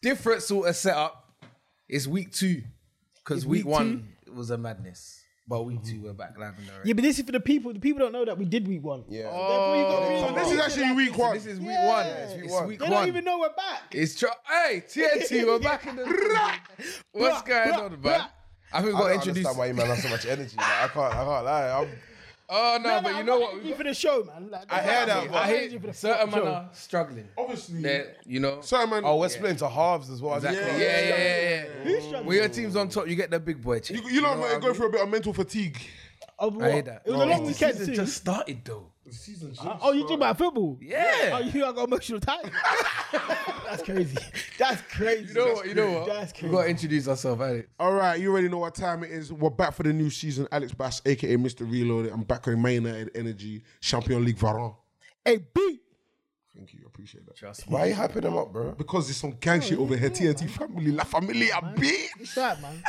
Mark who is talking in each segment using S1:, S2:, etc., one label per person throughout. S1: different sort of setup. It's week two because
S2: It's
S1: week,
S2: week
S1: one was a madness, but week two we're back live in the
S2: Yeah, but this is for the people. The people don't know that we did week one.
S3: Yeah.
S2: Therefore, you
S1: Oh,
S2: gotta
S3: So
S2: really
S3: Oh, this is
S2: appreciate
S3: actually
S2: that.
S3: week one.
S1: This is week
S2: Yeah.
S1: one.
S2: It's
S3: week
S1: It's
S3: one.
S1: week
S2: They
S1: one.
S2: don't even know we're back.
S1: It's tr- hey TNT, we're back in the. What's
S2: Bruh,
S1: going
S2: bruh,
S1: on, man?
S2: bruh.
S1: I think we got
S3: I don't
S1: introduced.
S3: understand why you man have so much energy. Like, I can't. I can't lie. I'm,
S1: Oh no, but you know what?
S2: You for the show, man. Like,
S3: I hear
S2: heard
S3: that, but-
S1: I hear certain man are struggling.
S4: Obviously,
S1: They're- you know.
S4: certain man.
S3: oh, we're splitting to halves as well.
S1: Exactly. Yeah,
S4: Yeah.
S1: yeah, yeah. yeah,
S2: Who's struggling?
S1: When your team's on top, you get the big boy. Check.
S4: you, you know, man,
S1: what I
S4: going
S1: mean?
S4: through a bit of mental fatigue.
S2: Of
S1: I hear
S2: what?
S1: that.
S2: It was a long
S1: The
S2: weekend
S1: season
S2: too.
S1: just started though.
S4: The season.
S2: Oh, you talking about football?
S1: Yeah.
S2: Oh, you I got emotional time. That's crazy. That's crazy.
S1: You know what? You know what?
S2: That's
S1: We
S2: crazy.
S1: gotta introduce ourselves, Alex.
S4: All right, you already know what time it is. We're back for the new season. Alex Bass, aka Mr. Reloaded. I'm back on Man United Energy, Champion League Varan.
S2: Hey, B.
S4: Thank you, I appreciate that.
S1: Trust me.
S3: Why are you hyping them up, bro?
S4: Because there's some gang shit over here. TNT family, La Familia, bitch.
S2: What's that, man?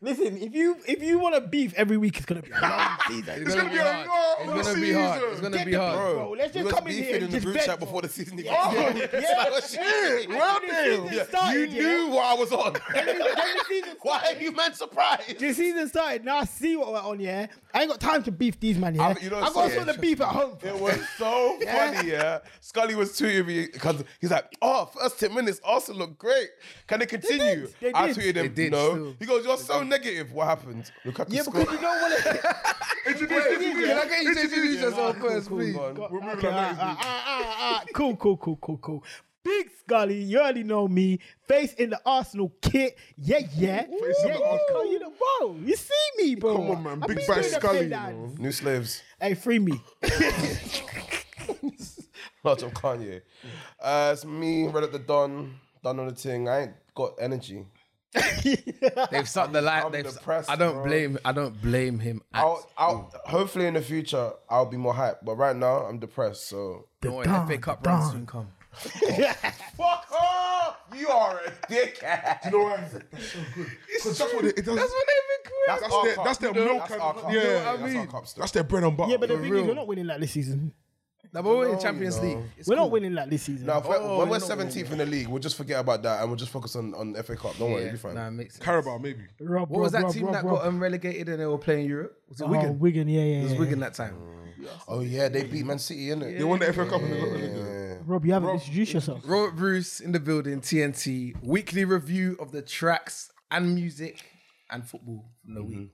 S2: Listen, if you if you want to beef every week, it's gonna be a long season.
S1: It's
S4: gonna be a
S1: hard.
S4: long
S1: It's gonna be hard.
S4: season.
S1: It's gonna
S2: Get
S1: be
S2: the
S1: hard.
S2: bro, let's just
S3: we was
S2: come in
S3: beefing
S2: here and
S3: in the
S2: just
S3: group
S2: vent,
S3: chat
S2: bro.
S3: before the season even
S2: Oh,
S3: started.
S2: yeah.
S4: Shit, well
S2: season
S4: then.
S2: started, yeah.
S3: You knew what I was on.
S2: Then the- then the season
S3: Why are you man surprised?
S2: The season started. Now I see what we're on, yeah. I ain't got time to beef these man, yeah.
S3: I- you know
S2: I've
S3: what's
S2: got
S3: sad?
S2: sort of beef at home.
S3: It was so funny, yeah. Scully was tweeting me because he's like, "Oh, first ten minutes, Arsenal look great. Can they continue?"
S2: They
S3: I
S2: did.
S3: tweeted
S1: They
S3: him,
S1: did
S3: "No."
S1: still.
S3: He goes, "You're so negative. What happened? Lukaku
S2: Yeah,
S3: scored."
S2: because you don't want to.
S1: Can I get you to introduce yourself first, please?
S3: Go on.
S4: We're moving
S2: Okay,
S4: on
S2: ah,
S4: next
S2: ah,
S4: week.
S2: ah, ah, ah. Cool, cool, cool, cool, cool. Big Scully, you already know me. Face in the Arsenal kit. Yeah, yeah.
S4: Face
S2: yeah,
S4: in the
S2: yeah.
S4: Arsenal.
S2: Come, You know, bro, you see me, bro.
S4: Come on, man.
S2: I've
S4: Big
S2: been
S4: Bash
S2: doing the
S4: Scully,
S2: thing
S4: bro.
S2: that-
S3: New slaves.
S2: Hey, free me.
S3: Not John Kanye. Uh, it's me, Red at the Don, Don on the Ting. I ain't got energy.
S1: They've sucked the light.
S3: I'm
S1: They've.
S3: depressed,
S1: I don't
S3: bro.
S1: blame. I don't blame him. At
S3: I'll, I'll, hopefully in the future I'll be more hype, but right now I'm depressed. So
S1: don't worry,
S2: Don,
S1: FA Cup
S2: the
S1: run
S2: Don.
S1: soon come.
S3: fuck off. You are a dickhead.
S4: You know what? That's so good. 'Cause that's what it, it does.
S1: That's what they've been creating.
S3: That's
S4: That's
S3: our
S4: their-
S3: cup.
S4: that's their
S3: You know,
S4: milk
S3: That's
S4: and-
S3: our cup.
S4: yeah.
S3: You know what I
S4: That's our
S3: mean?
S4: cup still. That's their bread and butter.
S2: Yeah, but the thing is,
S1: real.
S2: we're not winning like this season.
S1: Nah, but we're in Champions League. It's
S2: we're
S1: cool.
S2: not winning like this season.
S3: Now, if we're-
S1: Oh,
S3: when we're
S1: you're not winning.
S3: seventeenth in the league, we'll just forget about that and we'll just focus on, on FA Cup. Don't worry,
S1: Yeah,
S3: you'll be fine.
S1: nah, it makes sense.
S4: Carabao, maybe.
S2: Rob,
S1: What
S2: Rob,
S1: was that
S2: Rob,
S1: team
S2: Rob,
S1: that
S2: Rob.
S1: got um, relegated and they were playing Europe? Was it
S2: Oh,
S1: Wigan?
S2: Wigan, yeah, yeah.
S1: It was
S2: yeah.
S1: Wigan that time.
S3: Oh yeah, they beat Man City, innit?
S4: They won the FA Cup and they got relegated.
S2: Rob, you haven't introduced yourself.
S1: Robert Bruce in the building, TNT. Weekly review of the tracks and music and football from the week.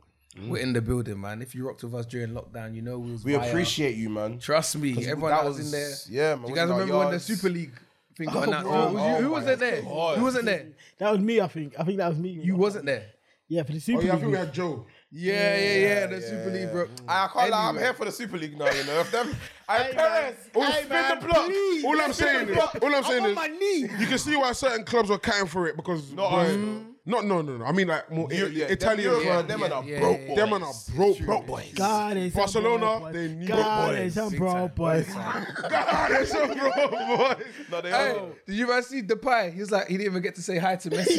S1: We're in the building, man. If you rocked with us during lockdown, you know we was
S3: Mm-hmm. We
S1: fire.
S3: appreciate you, man.
S1: Trust me, everyone
S3: that
S1: that was, in there.
S3: was- yeah,
S1: Do
S3: man,
S1: you
S3: was
S1: guys
S3: in our
S1: remember when the
S3: yards.
S1: Super League thing got announced?
S2: bro.
S1: Who was you-
S3: Oh,
S1: who
S3: my
S1: wasn't there?
S3: God.
S1: Who wasn't there?
S2: That was me, I think. I think that was me.
S1: You wasn't there.
S2: Yeah, for the Super
S4: Oh, yeah, I
S2: League.
S4: think we had Joe.
S1: Yeah, yeah, yeah. The Super League, bro.
S3: Mm. I can't lie, I'm
S1: Anyway.
S3: here for the Super League now, you know. If them, I
S2: Hey,
S3: Perez,
S2: man.
S3: who
S2: Hey,
S3: spin
S2: man,
S3: the block.
S2: please.
S4: All I'm
S2: Let's
S4: saying
S2: go.
S4: is, all I'm saying
S2: on
S4: is,
S2: my knee.
S4: you can see why certain clubs were counting for it because
S3: Not
S4: boy,
S3: us,
S4: no, no, no, no. I mean like more
S3: You- yeah, them
S4: Italian
S3: Euro-
S4: club.
S3: them man are
S1: yeah,
S3: broke
S1: yeah,
S3: boys.
S4: Them man are broke, broke boys.
S2: God is
S4: Barcelona, they need
S2: God
S4: broke
S2: is some
S1: Big
S2: bro
S1: time.
S2: boys.
S4: God, they're so broke, boy.
S3: No, they
S1: Hey,
S3: are.
S1: did you ever see Depay? He was like, he didn't even get to say hi to Messi.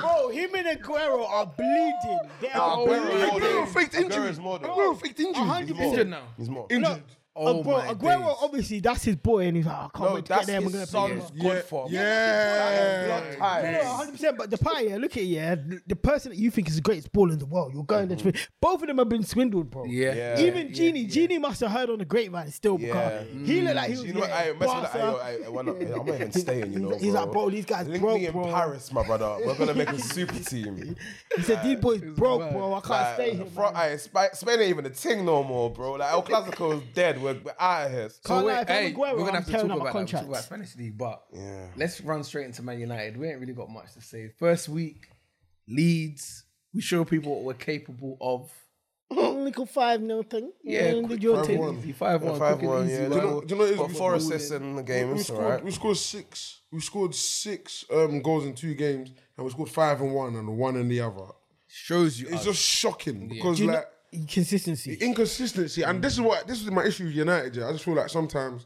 S2: Bro, him and Aguero are bleeding. They are
S3: Aguero
S2: bleeding.
S3: more
S4: Aguero
S3: than-
S4: faked injury.
S3: Aguero's more than-
S4: Aguero faked injury.
S2: hundred
S3: He's
S1: Injured
S3: more.
S1: now.
S3: He's more.
S4: Injured.
S1: Oh
S2: bro,
S1: my
S2: Aguero,
S1: days.
S2: obviously, that's his boy, and he's like, "Oh, I can't wait
S3: No,
S2: to get
S3: that's
S2: there. We're going
S3: his
S2: to play.
S3: son's
S4: Yeah,
S3: godfather.
S4: yeah.
S3: Blood
S2: No,
S3: ties.
S2: 100%. But the yeah, look at yeah, the- the person that you think is the greatest baller in the world, you're going there to Both of them have been swindled, bro.
S1: Yeah.
S3: Yeah.
S2: Even
S1: yeah,
S2: Genie, Genie must have heard on the grapevine still because
S3: Yeah.
S2: he looked like he was.
S3: You know, what?
S2: getting
S3: I mess with that.
S2: Barca.
S3: I, I, I, wanna, I'm not even staying. You know,
S2: He's
S3: bro.
S2: like, bro, these guys
S3: Link
S2: broke,
S3: me in
S2: bro.
S3: Paris, my brother. We're gonna make a super team.
S2: He said, "These boys broke, bro. I can't
S3: Like,
S2: stay here.
S3: Fro-
S2: man.
S3: aye, Sp- Spain ain't even a ting no more, bro. Like El Clasico is dead. We're, we're out of here.
S1: Oh,
S2: Can't
S3: So
S2: lie, if I'm
S1: hey,
S2: Aguero,
S1: we're gonna
S2: I'm
S1: have to talk
S2: tearing
S1: about
S2: up
S1: that. We'll
S2: my
S1: talk
S2: contract.
S1: about Spanish league, but
S3: Yeah.
S1: let's run straight into Man United. We ain't really got much to say. First week, Leeds. We show people what we're capable of.
S2: Nickel five, nothing.
S1: Yeah,
S2: Mm,
S1: quick
S2: did your
S1: five
S2: take?
S1: one. Five one,
S3: five one.
S1: easy.
S3: Yeah,
S1: one.
S4: you know- do you know it is
S3: got
S4: we-
S3: four
S4: we-
S3: assists in the game.
S4: We
S3: It's
S4: scored,
S3: alright.
S4: we scored six. We scored six um, goals in two games, and we scored five and one and one and the other.
S1: Shows you.
S4: It's
S1: us.
S4: just shocking because
S2: Do you know-
S4: like
S2: Consistency.
S4: inconsistency, and this is what this is my issue with United. Yeah, I just feel like sometimes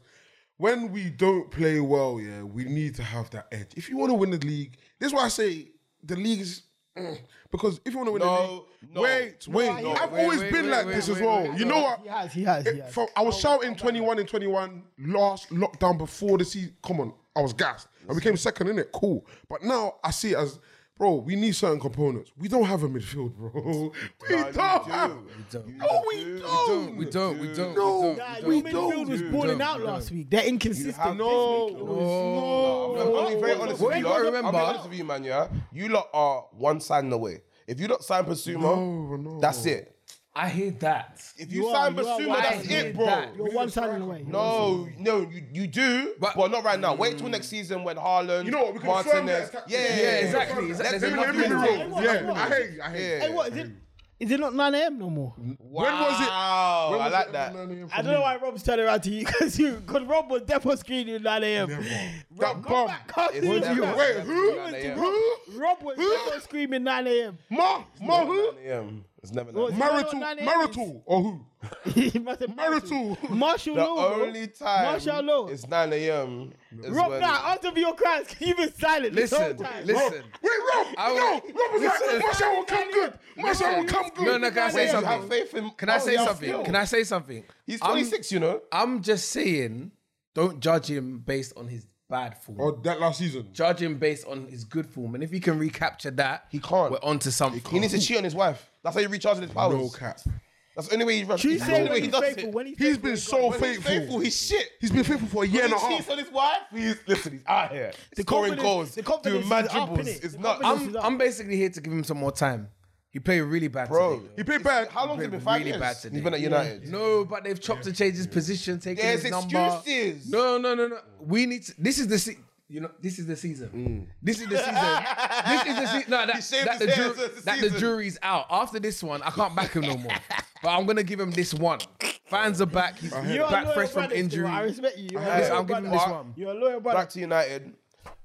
S4: when we don't play well, yeah, we need to have that edge. If you want to win the league, this is why I say the league is. mm, Because if you want to win the
S3: No,
S4: league,
S3: no.
S4: wait,
S3: No,
S4: wait.
S2: I hear
S4: I've
S2: you.
S4: always
S1: Wait,
S4: been
S1: wait,
S4: like
S1: wait,
S4: this
S1: wait,
S4: as
S1: wait,
S4: well.
S1: wait.
S4: you know what?
S2: He has, he has, he
S4: It-
S2: has.
S4: from- I was shouting 21 and 21 last lockdown before the season. Come on, I was gassed. And we came second in it, cool. But now I see it as, bro, we need certain components. We don't have a midfield, bro. We
S3: Nah, you
S4: don't
S3: do.
S4: have.
S3: You
S1: don't.
S4: No, Oh, we
S3: You
S4: don't.
S1: We don't. We don't.
S4: No,
S1: we don't.
S2: Nah,
S4: we
S2: your midfield
S4: don't,
S2: was
S4: we
S2: balling
S1: don't,
S2: out
S1: we
S2: last week. They're
S3: have
S2: inconsistent.
S3: No,
S4: No,
S1: no,
S3: I'm gonna be very
S2: no,
S3: honest
S2: no,
S3: with you.
S1: no.
S3: lot.
S1: Remember-
S3: I'll be honest with you, man. Yeah, you lot are one sign away. If you don't sign Basuma,
S4: No, no.
S3: that's it.
S1: I hear that.
S3: If you,
S2: You are-
S3: sign
S2: you are
S3: Basuma,
S2: one
S3: that's
S1: sign away.
S3: it, bro.
S1: That.
S2: You're one signing away.
S3: No, no, you, you do, but,
S1: But-
S3: not right now. Wait till next season when Haaland,
S4: You know what, we confirmed
S3: Martinez.
S4: that.
S3: Yeah, yeah,
S1: Yeah, exactly.
S3: Let
S1: There's
S3: them
S1: enough
S3: do
S1: to
S3: their
S1: do.
S3: thing.
S2: Everyone-
S4: Yeah, I hate you, I hate you.
S2: Hey, what is it? Is it not 9 a.m. no more?
S3: Wow. When was it? Oh,
S4: When
S3: I
S4: was
S3: like
S4: it
S3: that.
S4: 9 a.m.
S2: I don't know why Rob's turning around to you because you, because Rob was dead on screen at 9 a.m. Rob,
S4: That
S2: come
S4: bum.
S2: back, come
S3: It's
S2: see you
S3: never
S2: back.
S4: Wait,
S3: happened
S4: who?
S3: at 9 a.m.
S4: Who?
S2: Rob was dead on screen at 9 a.m.
S4: Ma, ma, who?
S3: 9 a.m. It's never
S2: What
S3: 9
S2: was it?
S4: Marital,
S2: Nine
S4: marital, or who?
S2: He must have
S4: Marital.
S2: Marshall
S3: The
S2: Law. bro.
S3: only time
S2: Martial law.
S3: it's 9 a.m. is
S2: Rob,
S3: when-
S2: nah, answer for your crimes. You've been silent this whole
S1: Listen,
S2: time.
S1: listen.
S4: Wait, Rob,
S1: I
S4: no,
S1: will-
S4: Rob was
S1: Listen.
S4: like, Marshall will come good. Marshall will come good.
S1: No, no, can I say
S3: Wait, you have
S1: something?
S3: faith in.
S1: Can I
S3: oh,
S1: say
S3: yeah,
S1: something?
S3: still.
S1: Can I say something?
S3: He's
S1: I'm-
S3: 26, you know.
S1: I'm just saying, don't judge him based on his bad form.
S4: Or Oh, that last season.
S1: Judge him based on his good form, and if he can recapture that,
S3: He can't.
S1: We're on to something.
S3: He needs to cheat on his wife. That's how he recharges his powers.
S4: No cap.
S3: That's the only way he. That's
S2: She
S3: the
S2: said
S3: only way
S2: when
S3: he
S2: he's
S3: does
S2: faithful.
S3: it.
S2: When he's
S4: He's
S2: faithful,
S4: been
S2: he's
S4: so
S2: gone.
S3: When he's faithful,
S4: faithful.
S3: he's shit.
S4: He's been faithful for a year
S3: When
S4: and a
S3: he cheats
S4: half.
S3: on his wife. He's listen. He's out here scoring
S2: confidence-
S3: goals,
S2: the confidence
S3: doing mad
S2: is up,
S3: dribbles.
S2: innit?
S3: It's
S2: The
S3: not.
S2: confidence-
S1: I'm, I'm basically here to give him some more time. He played really bad,
S3: bro.
S1: Today,
S4: He played bad.
S3: How long has it been?
S1: Played
S3: Five
S1: really
S3: years.
S1: bad today.
S3: He's been at United.
S1: No, but they've chopped and changed his position, taken
S3: There's
S1: his number.
S3: excuses.
S1: No, no, no, no. We need. To, this is the se- you know. This is the season. This is the season. this is the season. No,
S3: Mm. He
S1: that,
S3: shaved
S1: that, the,
S3: his hair, so
S1: ju-
S3: it's the
S1: that the
S3: season.
S1: jury's out. After this one, I can't back him no more. but I'm gonna give him this one. Fans are back. He's
S2: You're a
S1: back
S2: loyal
S1: fresh from
S2: brother still.
S1: injury.
S2: I respect you. You're a
S1: Listen,
S2: loyal
S1: I'm giving him
S2: brother.
S1: this one.
S2: You're a loyal brother.
S3: Back to United.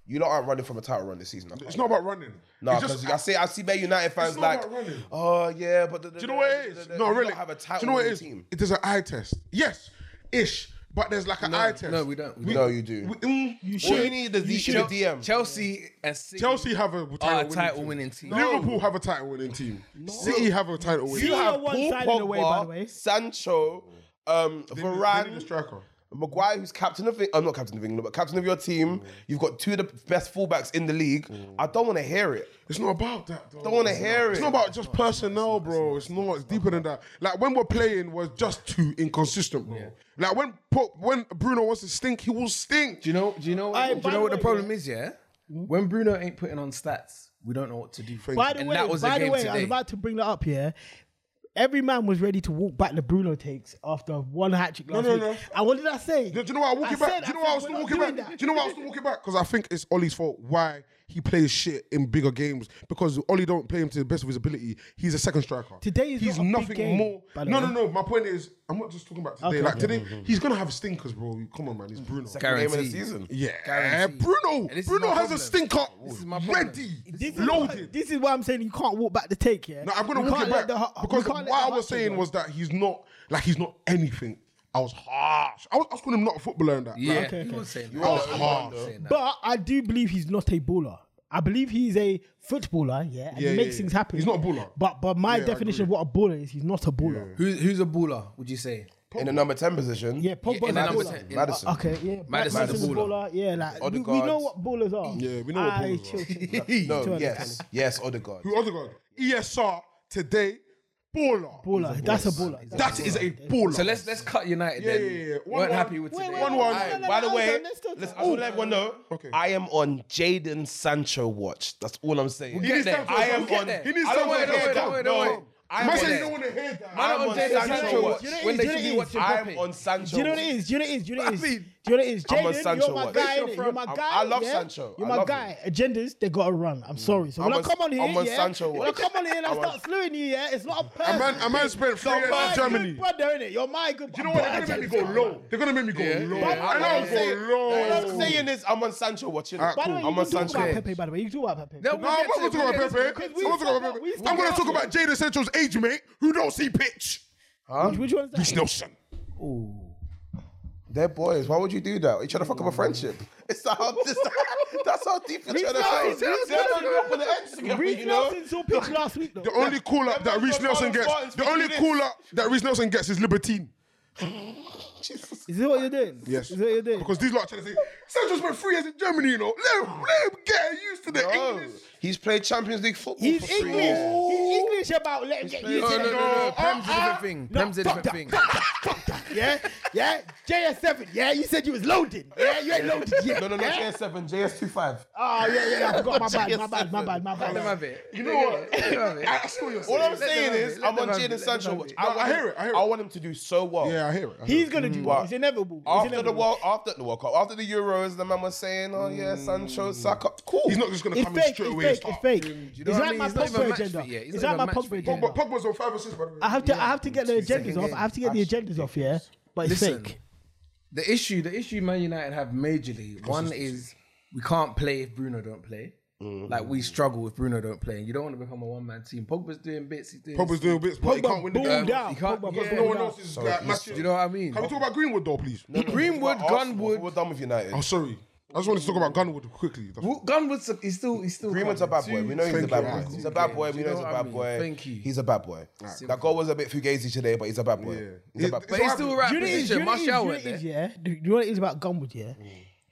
S3: You lot aren't running from a title run this season. I
S4: It's
S3: can't
S4: not about running.
S3: No,
S4: It's
S3: because I see I see Man United fans
S4: not
S3: like,
S4: about running.
S3: oh yeah, but the,
S4: Do you know what it is? No, really.
S3: have a
S4: Do
S3: title
S4: you know what
S3: on
S4: it
S3: the
S4: is?
S3: team.
S4: It is an eye test. Yes, ish. But there's like an eye test.
S1: no, we don't. We
S3: no, you do.
S4: We- mm,
S3: All you need is the, D- the DM.
S1: Chelsea and City
S4: Chelsea have a title,
S1: are a
S4: winning,
S1: title
S4: team.
S1: winning team.
S4: Liverpool have a title winning team. City have a title winning.
S2: You
S4: team.
S2: have one side in the way, by the way.
S3: Sancho, um,
S4: They need- they need a
S3: Varane,
S4: striker.
S3: Maguire, who's captain of, I'm not captain of England, but captain of your team. You've got two of the best fullbacks in the league. I don't want to hear it.
S4: It's not about that. Though.
S3: Don't wanna
S4: It's
S3: hear
S4: not-
S3: it.
S4: It's not about just personnel, bro. It's not. It's deeper than that. Like when we're playing, we're just too inconsistent, bro. Like when Pop, when Bruno wants to stink, he will stink.
S1: Do you know? Do you know? What,
S2: Aye,
S1: do
S2: by
S1: you know
S2: the
S1: what the
S2: way,
S1: problem
S2: yeah.
S1: is? Yeah, when Bruno ain't putting on stats, we don't know what to do.
S2: By the
S1: and
S2: way,
S1: that was the
S2: by the
S1: game
S2: way, I was
S1: today.
S2: about to bring that up here. Every man was ready to walk back the Bruno takes after one hat trick last
S4: no,
S2: week.
S4: no.
S2: And what did I say?
S4: Do you know why I walk it
S2: I
S4: back?
S2: said-
S4: do you know
S2: I
S4: why I was
S2: said
S4: still
S2: we're
S4: walking
S2: not
S4: back?
S2: doing that.
S4: Do you know why I was still walking back? Because I think it's Ollie's fault why he plays shit in bigger games. Because Ollie don't play him to the best of his ability. He's a second striker.
S2: Today is
S4: he's
S2: not a big
S4: nothing
S2: game,
S4: more.
S2: by the
S4: No,
S2: way.
S4: no, no. My point is, I'm not just talking about today.
S2: Okay. Mm-hmm.
S4: Like today, he's gonna have stinkers, bro. Come on, man. He's Bruno.
S3: Game of the
S1: Guaranteed.
S3: season.
S4: Yeah,
S1: Guaranteed.
S4: Bruno.
S1: And this is
S4: Bruno
S1: my
S4: has a
S1: problem.
S4: stinker
S1: This is my problem.
S4: ready,
S2: This is, why,
S4: loaded.
S2: this is why I'm saying you can't walk back the take, yeah?
S4: no, I'm gonna
S2: You
S4: walk
S2: can't
S4: it
S2: let
S4: back
S2: the hu-
S4: because
S2: you can't
S4: what
S2: let
S4: I
S2: the
S4: was
S2: hu-
S4: saying was that he's not like he's not anything. I was harsh. I was, I was calling him not a footballer in that.
S1: Yeah,
S4: Like,
S2: Okay,
S1: you
S2: okay.
S1: were saying
S4: I was
S1: that.
S4: harsh.
S1: Saying that.
S2: But I do believe he's not a baller. I believe he's a footballer, yeah, and
S4: Yeah,
S2: he
S4: yeah,
S2: makes
S4: yeah.
S2: things happen.
S4: He's not a baller.
S2: But but my
S4: Yeah, I
S2: definition of what a baller is, he's not a baller.
S1: Who's who's a baller? Would you say?
S3: In the number 10 position.
S2: Yeah, Pogba's
S1: in
S2: a
S1: the number
S2: baller. Uh,
S1: 10, in-
S3: Madison.
S2: Okay, yeah.
S1: Madison's a
S2: Madison's a
S1: baller.
S2: baller. Yeah, like we, we
S3: Odegaard.
S2: know what ballers are.
S4: Yeah, we know what
S2: Aye,
S4: ballers are.
S2: chill, chill, chill.
S3: No,
S2: Two
S3: yes. Yes, Odegaard.
S4: Who other guy? ESR today, baller.
S2: Baller. That's a baller.
S4: That is a baller.
S1: So let's let's cut United.
S4: Yeah,
S1: then.
S4: yeah, yeah. One
S1: Weren't
S4: one.
S1: happy with
S2: Wait,
S1: today.
S2: wait,
S4: One, one.
S2: wait,
S3: Hey,
S2: no, no,
S3: by the
S2: no,
S3: way,
S2: no, let's talk-
S3: listen, I just want to let everyone know,
S4: Okay.
S3: I am on Jaden Sancho watch. That's all I'm saying.
S1: Get
S4: needs
S1: there.
S4: time for
S3: I
S4: us.
S3: am
S4: We'll get
S3: on.
S4: there.
S3: I
S4: He needs
S3: don't
S4: time
S3: wanna
S4: for us.
S3: hear
S4: Don't
S3: that.
S4: worry,
S1: don't worry.
S3: No, I'm
S4: Man
S3: on
S4: said
S1: there.
S4: you don't want to hear that.
S1: Man,
S3: I'm
S1: I'm
S3: on
S1: on Jadon
S3: Sancho
S1: Sancho
S3: watch.
S1: watch. When
S2: You
S1: they
S2: know
S1: should
S2: it
S1: be
S2: is.
S1: watching
S3: I'm
S1: Mbappe.
S3: on Sancho.
S2: Do you know what it is? Do you know what it is? Do you know what it is?
S1: I mean,
S2: Do you know what it is?
S3: I'm a
S2: Jaden,
S3: Sancho
S2: you're my
S3: watch.
S2: guy.
S3: You're
S2: innit? You're
S3: from-
S2: my
S3: I'm-
S2: guy.
S3: I love
S2: yeah?
S3: Sancho.
S2: You're
S3: I
S2: my
S3: love
S2: guy. Agendas, they gotta run. I'm sorry. So when
S3: I'm
S2: I
S3: a-
S2: come on here,
S3: I'm a
S2: yeah,
S3: Sancho
S2: when I
S3: watch.
S2: come on here and I
S3: I'm a-
S2: start slewing you, yeah, it's not a person.
S4: A man, a man spent three years
S2: You're my
S4: in Germany.
S2: good brother, innit? You're my good
S4: You know what? They're
S2: brother.
S4: gonna make me go low. They're gonna make me go low.
S1: yeah.
S4: I know
S3: I'm
S4: I'm
S3: saying,
S4: go low.
S3: all I'm saying is I'm on Sancho watching.
S4: Alright,
S2: By the way, you
S3: I'm on
S2: can talk about
S3: Sancho.
S2: Pepe, by the way. You can talk about Pepe.
S1: No,
S4: No, I'm not
S1: We'll
S4: gonna
S1: get
S4: talk
S1: to
S4: about
S1: it, we'll
S4: Pepe.
S1: get
S4: I'm
S2: to it.
S4: not gonna talk about
S2: We
S4: Pepe.
S2: still
S4: I'm gonna
S2: got
S4: talk
S2: it.
S4: about Jaden Sancho's age mate, who don't see pitch.
S2: Which- Which one's
S4: Reece
S2: that?
S4: Nelson.
S3: They're boys. Why would you do that? You're trying to fuck up a friendship. It's that hard. It's that, that's how deep you're trying to go.
S2: Nelson, Reece
S3: They're not
S2: Nelson.
S3: even up on the ends together,
S2: Reece
S3: you know?
S2: Nelson saw pitch last week, though.
S4: The only call up that
S3: Remember
S4: Reese
S3: Tom
S4: Nelson
S3: Barnes
S4: gets, the
S3: speaking
S4: only
S3: this.
S4: call up that Reese Nelson gets is Libertine.
S2: Is this what you're doing?
S4: Yes.
S2: Is this what you're doing?
S4: Because these lot are trying to say, Sancho spent three years in Germany, you know. Let him, let him get used to the
S3: No,
S4: English.
S3: he's played Champions League football for
S2: He's
S3: three
S2: English.
S3: years.
S2: He's English about let's get used
S1: No,
S2: to
S1: Oh,
S2: Uh-huh.
S1: no, no,
S2: the
S1: no. no. Prem's a different thing. Prem's a different thing.
S2: Yeah, yeah. JS7. Yeah, you said you was loaded. Yeah, you ain't loaded yet.
S3: No, no, no,
S2: Yeah?
S3: JS7, JS25.
S2: Oh yeah, yeah. yeah. I forgot. My bad. My bad. My bad. My
S1: Let them
S2: bad.
S1: have it.
S4: You know what?
S1: Let them have it.
S4: I, I see what you're saying.
S3: All I'm
S1: them
S3: saying
S1: have it,
S3: is,
S1: let
S3: I'm
S1: them
S3: on
S1: have it,
S3: Jaden
S1: let them
S3: Sancho.
S1: have it.
S4: No, I
S3: want him-
S4: hear it, I hear it.
S3: want him to do so well.
S4: yeah, I hear it. I hear
S2: He's
S4: it.
S2: gonna do.
S3: But
S1: Mm.
S2: it. It's inevitable. It's
S3: After the
S2: inevitable.
S3: World, after the World Cup, after the Euros, the man was saying, "Oh yeah, Sancho, suck up." Cool.
S4: He's not just going to
S2: It's
S4: come in
S2: fake.
S4: straight away and
S2: It's fake. It's fake.
S4: start.
S1: know
S2: It's
S1: what I
S2: like
S1: mean?
S2: my
S1: He's not even
S2: Pogba
S1: match
S2: agenda.
S1: fit yet. He's
S2: It's
S1: not
S2: like
S1: even
S2: my
S1: match
S2: Pogba
S1: fit yet.
S2: agenda.
S4: But Pogba's on five assists, by the way.
S2: I have to. I have to get the agendas
S1: Second
S2: off. I have to get the agendas off. Yeah, but it's
S1: Listen.
S2: fake.
S1: The issue, the issue Man United have majorly. One is we can't play if Bruno don't play.
S2: Mm.
S1: Like we struggle if Bruno don't play. And you don't want to become a one man team. Pogba's doing bits. He's doing.
S4: Pogba's doing bits, but he can't
S2: Pogba
S4: win the
S2: boomed
S4: game.
S1: down.
S2: out.
S1: you can't-
S2: Pogba
S1: yeah.
S2: boomed
S4: No one
S2: out.
S4: else is like, matching.
S1: Do you know what I mean?
S4: Can we talk about Greenwood though, please?
S1: Greenwood,
S3: But Arsenal,
S1: Gunwood.
S3: We're done with United.
S4: I'm sorry. I just wanted to talk about Gunwood quickly. That's-
S1: Wo- Gunwood's a, he's still he's still.
S3: Greenwood's a
S1: coming.
S3: bad boy. We know he's a
S4: Thank you,
S3: bad boy.
S4: Michael.
S3: He's a bad boy.
S1: Do
S3: We
S1: you
S3: know
S1: know
S3: he's a
S1: what I
S3: bad
S1: mean?
S3: boy.
S1: Thank you.
S3: He's a bad boy. That goal was a bit fugazi today, but he's a bad boy. He's a
S4: It-
S3: bad
S1: But he's
S4: it's what
S1: still
S4: happened.
S1: right
S2: Do you know what it is? Do
S1: position.
S2: you know what it
S1: Martial went
S2: is? Do you know what it
S1: there.
S2: is, Yeah. Do you know what it is about Gumwood? Yeah.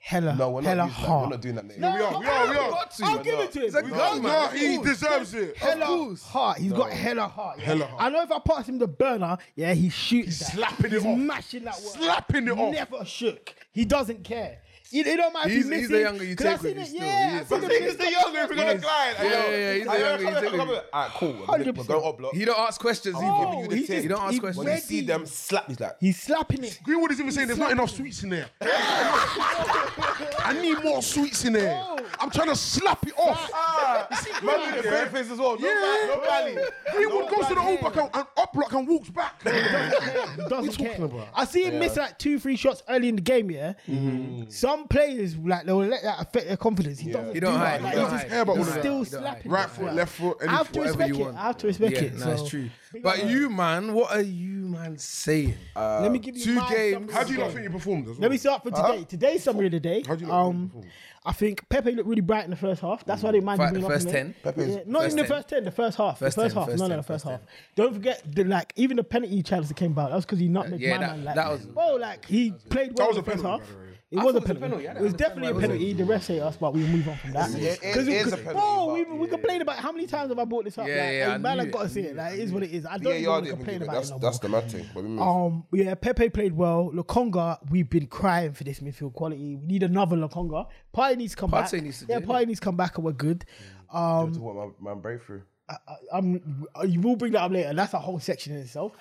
S2: Hella.
S3: No, we're not,
S2: hella
S3: using that. we're
S2: hard.
S3: not doing that. Nigga.
S4: We are, we are, we are.
S1: Got to.
S2: I'll give it to him.
S1: He's a
S2: We
S1: gun man.
S4: No,
S1: of
S4: he
S1: course.
S4: deserves it.
S2: hella
S1: course.
S2: heart. He's got hella heart. yeah.
S4: Hella heart.
S2: I know if I pass him the burner, yeah, he shoots. He's
S4: slapping it
S2: He's
S4: off.
S2: mashing that one.
S4: Slapping it off.
S2: Never shook. He doesn't care. It, it don't matter
S1: He's-
S2: if he
S1: he's
S2: misses.
S1: the younger you
S2: 'cause I
S1: take with
S2: seen
S1: you
S2: it,
S1: still. He
S2: Yeah,
S1: is.
S2: I seen
S1: But
S2: the
S3: He's
S2: big-
S3: the younger. If we're gonna glide, I
S1: Yeah,
S3: know.
S1: yeah, yeah, he's the
S3: I know,
S1: younger,
S3: come
S1: he's the
S3: here, come here.
S1: younger.
S3: Alright, cool. We're gonna- We're
S2: 100%.
S3: going up block.
S1: He don't ask questions either.
S2: Oh,
S3: you the
S2: he's
S3: tip.
S2: just-
S1: You don't ask
S2: he-
S1: questions.
S3: When you
S1: Ready.
S3: see them slap, he's like,
S2: He's slapping it.
S4: Greenwood is even saying there's not enough sweets in there. I need more sweets in there. I'm trying to slap it off.
S3: ah, man, with the
S4: Yeah.
S3: red face as well. No,
S4: Yeah.
S3: yeah. no rally.
S4: Greenwood goes to the old back and, and up block and walks back.
S2: Doesn't
S4: talking
S2: care.
S4: about?
S2: I see him miss like two, three shots early in the game. Yeah,
S4: Mm-hmm.
S2: some players like they'll let that affect their confidence. He doesn't.
S1: You don't
S2: do
S1: hide.
S2: That.
S1: You don't
S4: He's
S1: hide.
S4: hair about
S1: You
S4: all of
S1: don't
S2: Still
S4: that.
S1: hide. You don't hide.
S2: slapping.
S4: right foot, left foot,
S2: I have to
S4: anything.
S2: respect
S1: you
S2: it.
S1: want.
S2: I have to respect
S1: Yeah,
S2: it.
S1: no,
S2: so-
S1: it's true.
S2: Big up.
S1: But you, man, what are you, man, saying?
S2: Let me give you
S1: two
S2: my
S1: games.
S2: summary
S4: How do
S2: of the
S4: you not
S2: game.
S4: think you performed? As well?
S2: Let me start for today. Today's summary of the day.
S4: How do you not
S2: um,
S4: think you
S2: I think Pepe looked really bright in the first half. That's why they mind
S1: Fi-
S2: being
S1: the
S2: up
S1: first
S2: in
S1: 10?
S2: there.
S1: Pepe's
S2: Yeah, not
S1: first
S2: in the
S1: 10.
S2: first ten. The first half.
S1: First
S2: the first
S1: 10,
S2: half.
S1: first
S2: no, no,
S1: 10,
S2: the first
S1: first
S2: half. Don't forget the like even the penalty challenge that came about. That was because he not made
S1: yeah,
S2: my
S1: that-
S2: man. Like,
S1: that was-
S2: oh, like he played well
S4: was
S2: in
S4: a
S2: the first
S4: penalty,
S2: half.
S4: by the way.
S2: It
S1: I
S2: was
S1: thought
S2: a penalty.
S1: I
S2: It
S1: didn't
S2: was
S1: understand
S2: definitely
S1: why
S2: a
S1: it was
S2: penalty. The rest hate us, but we move on from that.
S3: it- it
S2: Because-
S3: is a
S2: because-
S3: penalty,
S2: bro, we,
S3: but-
S2: we complained about it. how many times have I brought this up?
S1: Yeah,
S2: like,
S1: yeah,
S2: hey,
S1: I
S2: man, I
S1: knew it.
S2: got to see it. Like, it is what it is. I don't
S3: Yeah,
S2: even
S3: y'all
S2: want to
S3: didn't
S2: complain
S3: give it.
S2: about
S3: That's
S2: it. no
S3: that's
S2: more.
S3: the mad thing. But we move.
S2: Um, yeah, Pepe played well. Lokonga, we've been crying for this midfield quality. We need another Lokonga. Party needs to come
S1: Partey
S2: back.
S1: needs to do
S2: yeah,
S1: it.
S2: Party needs to come back, and we're good. Um,
S3: to what my, my breakthrough.
S2: I'm, uh, you will bring that up later. That's a whole section in itself.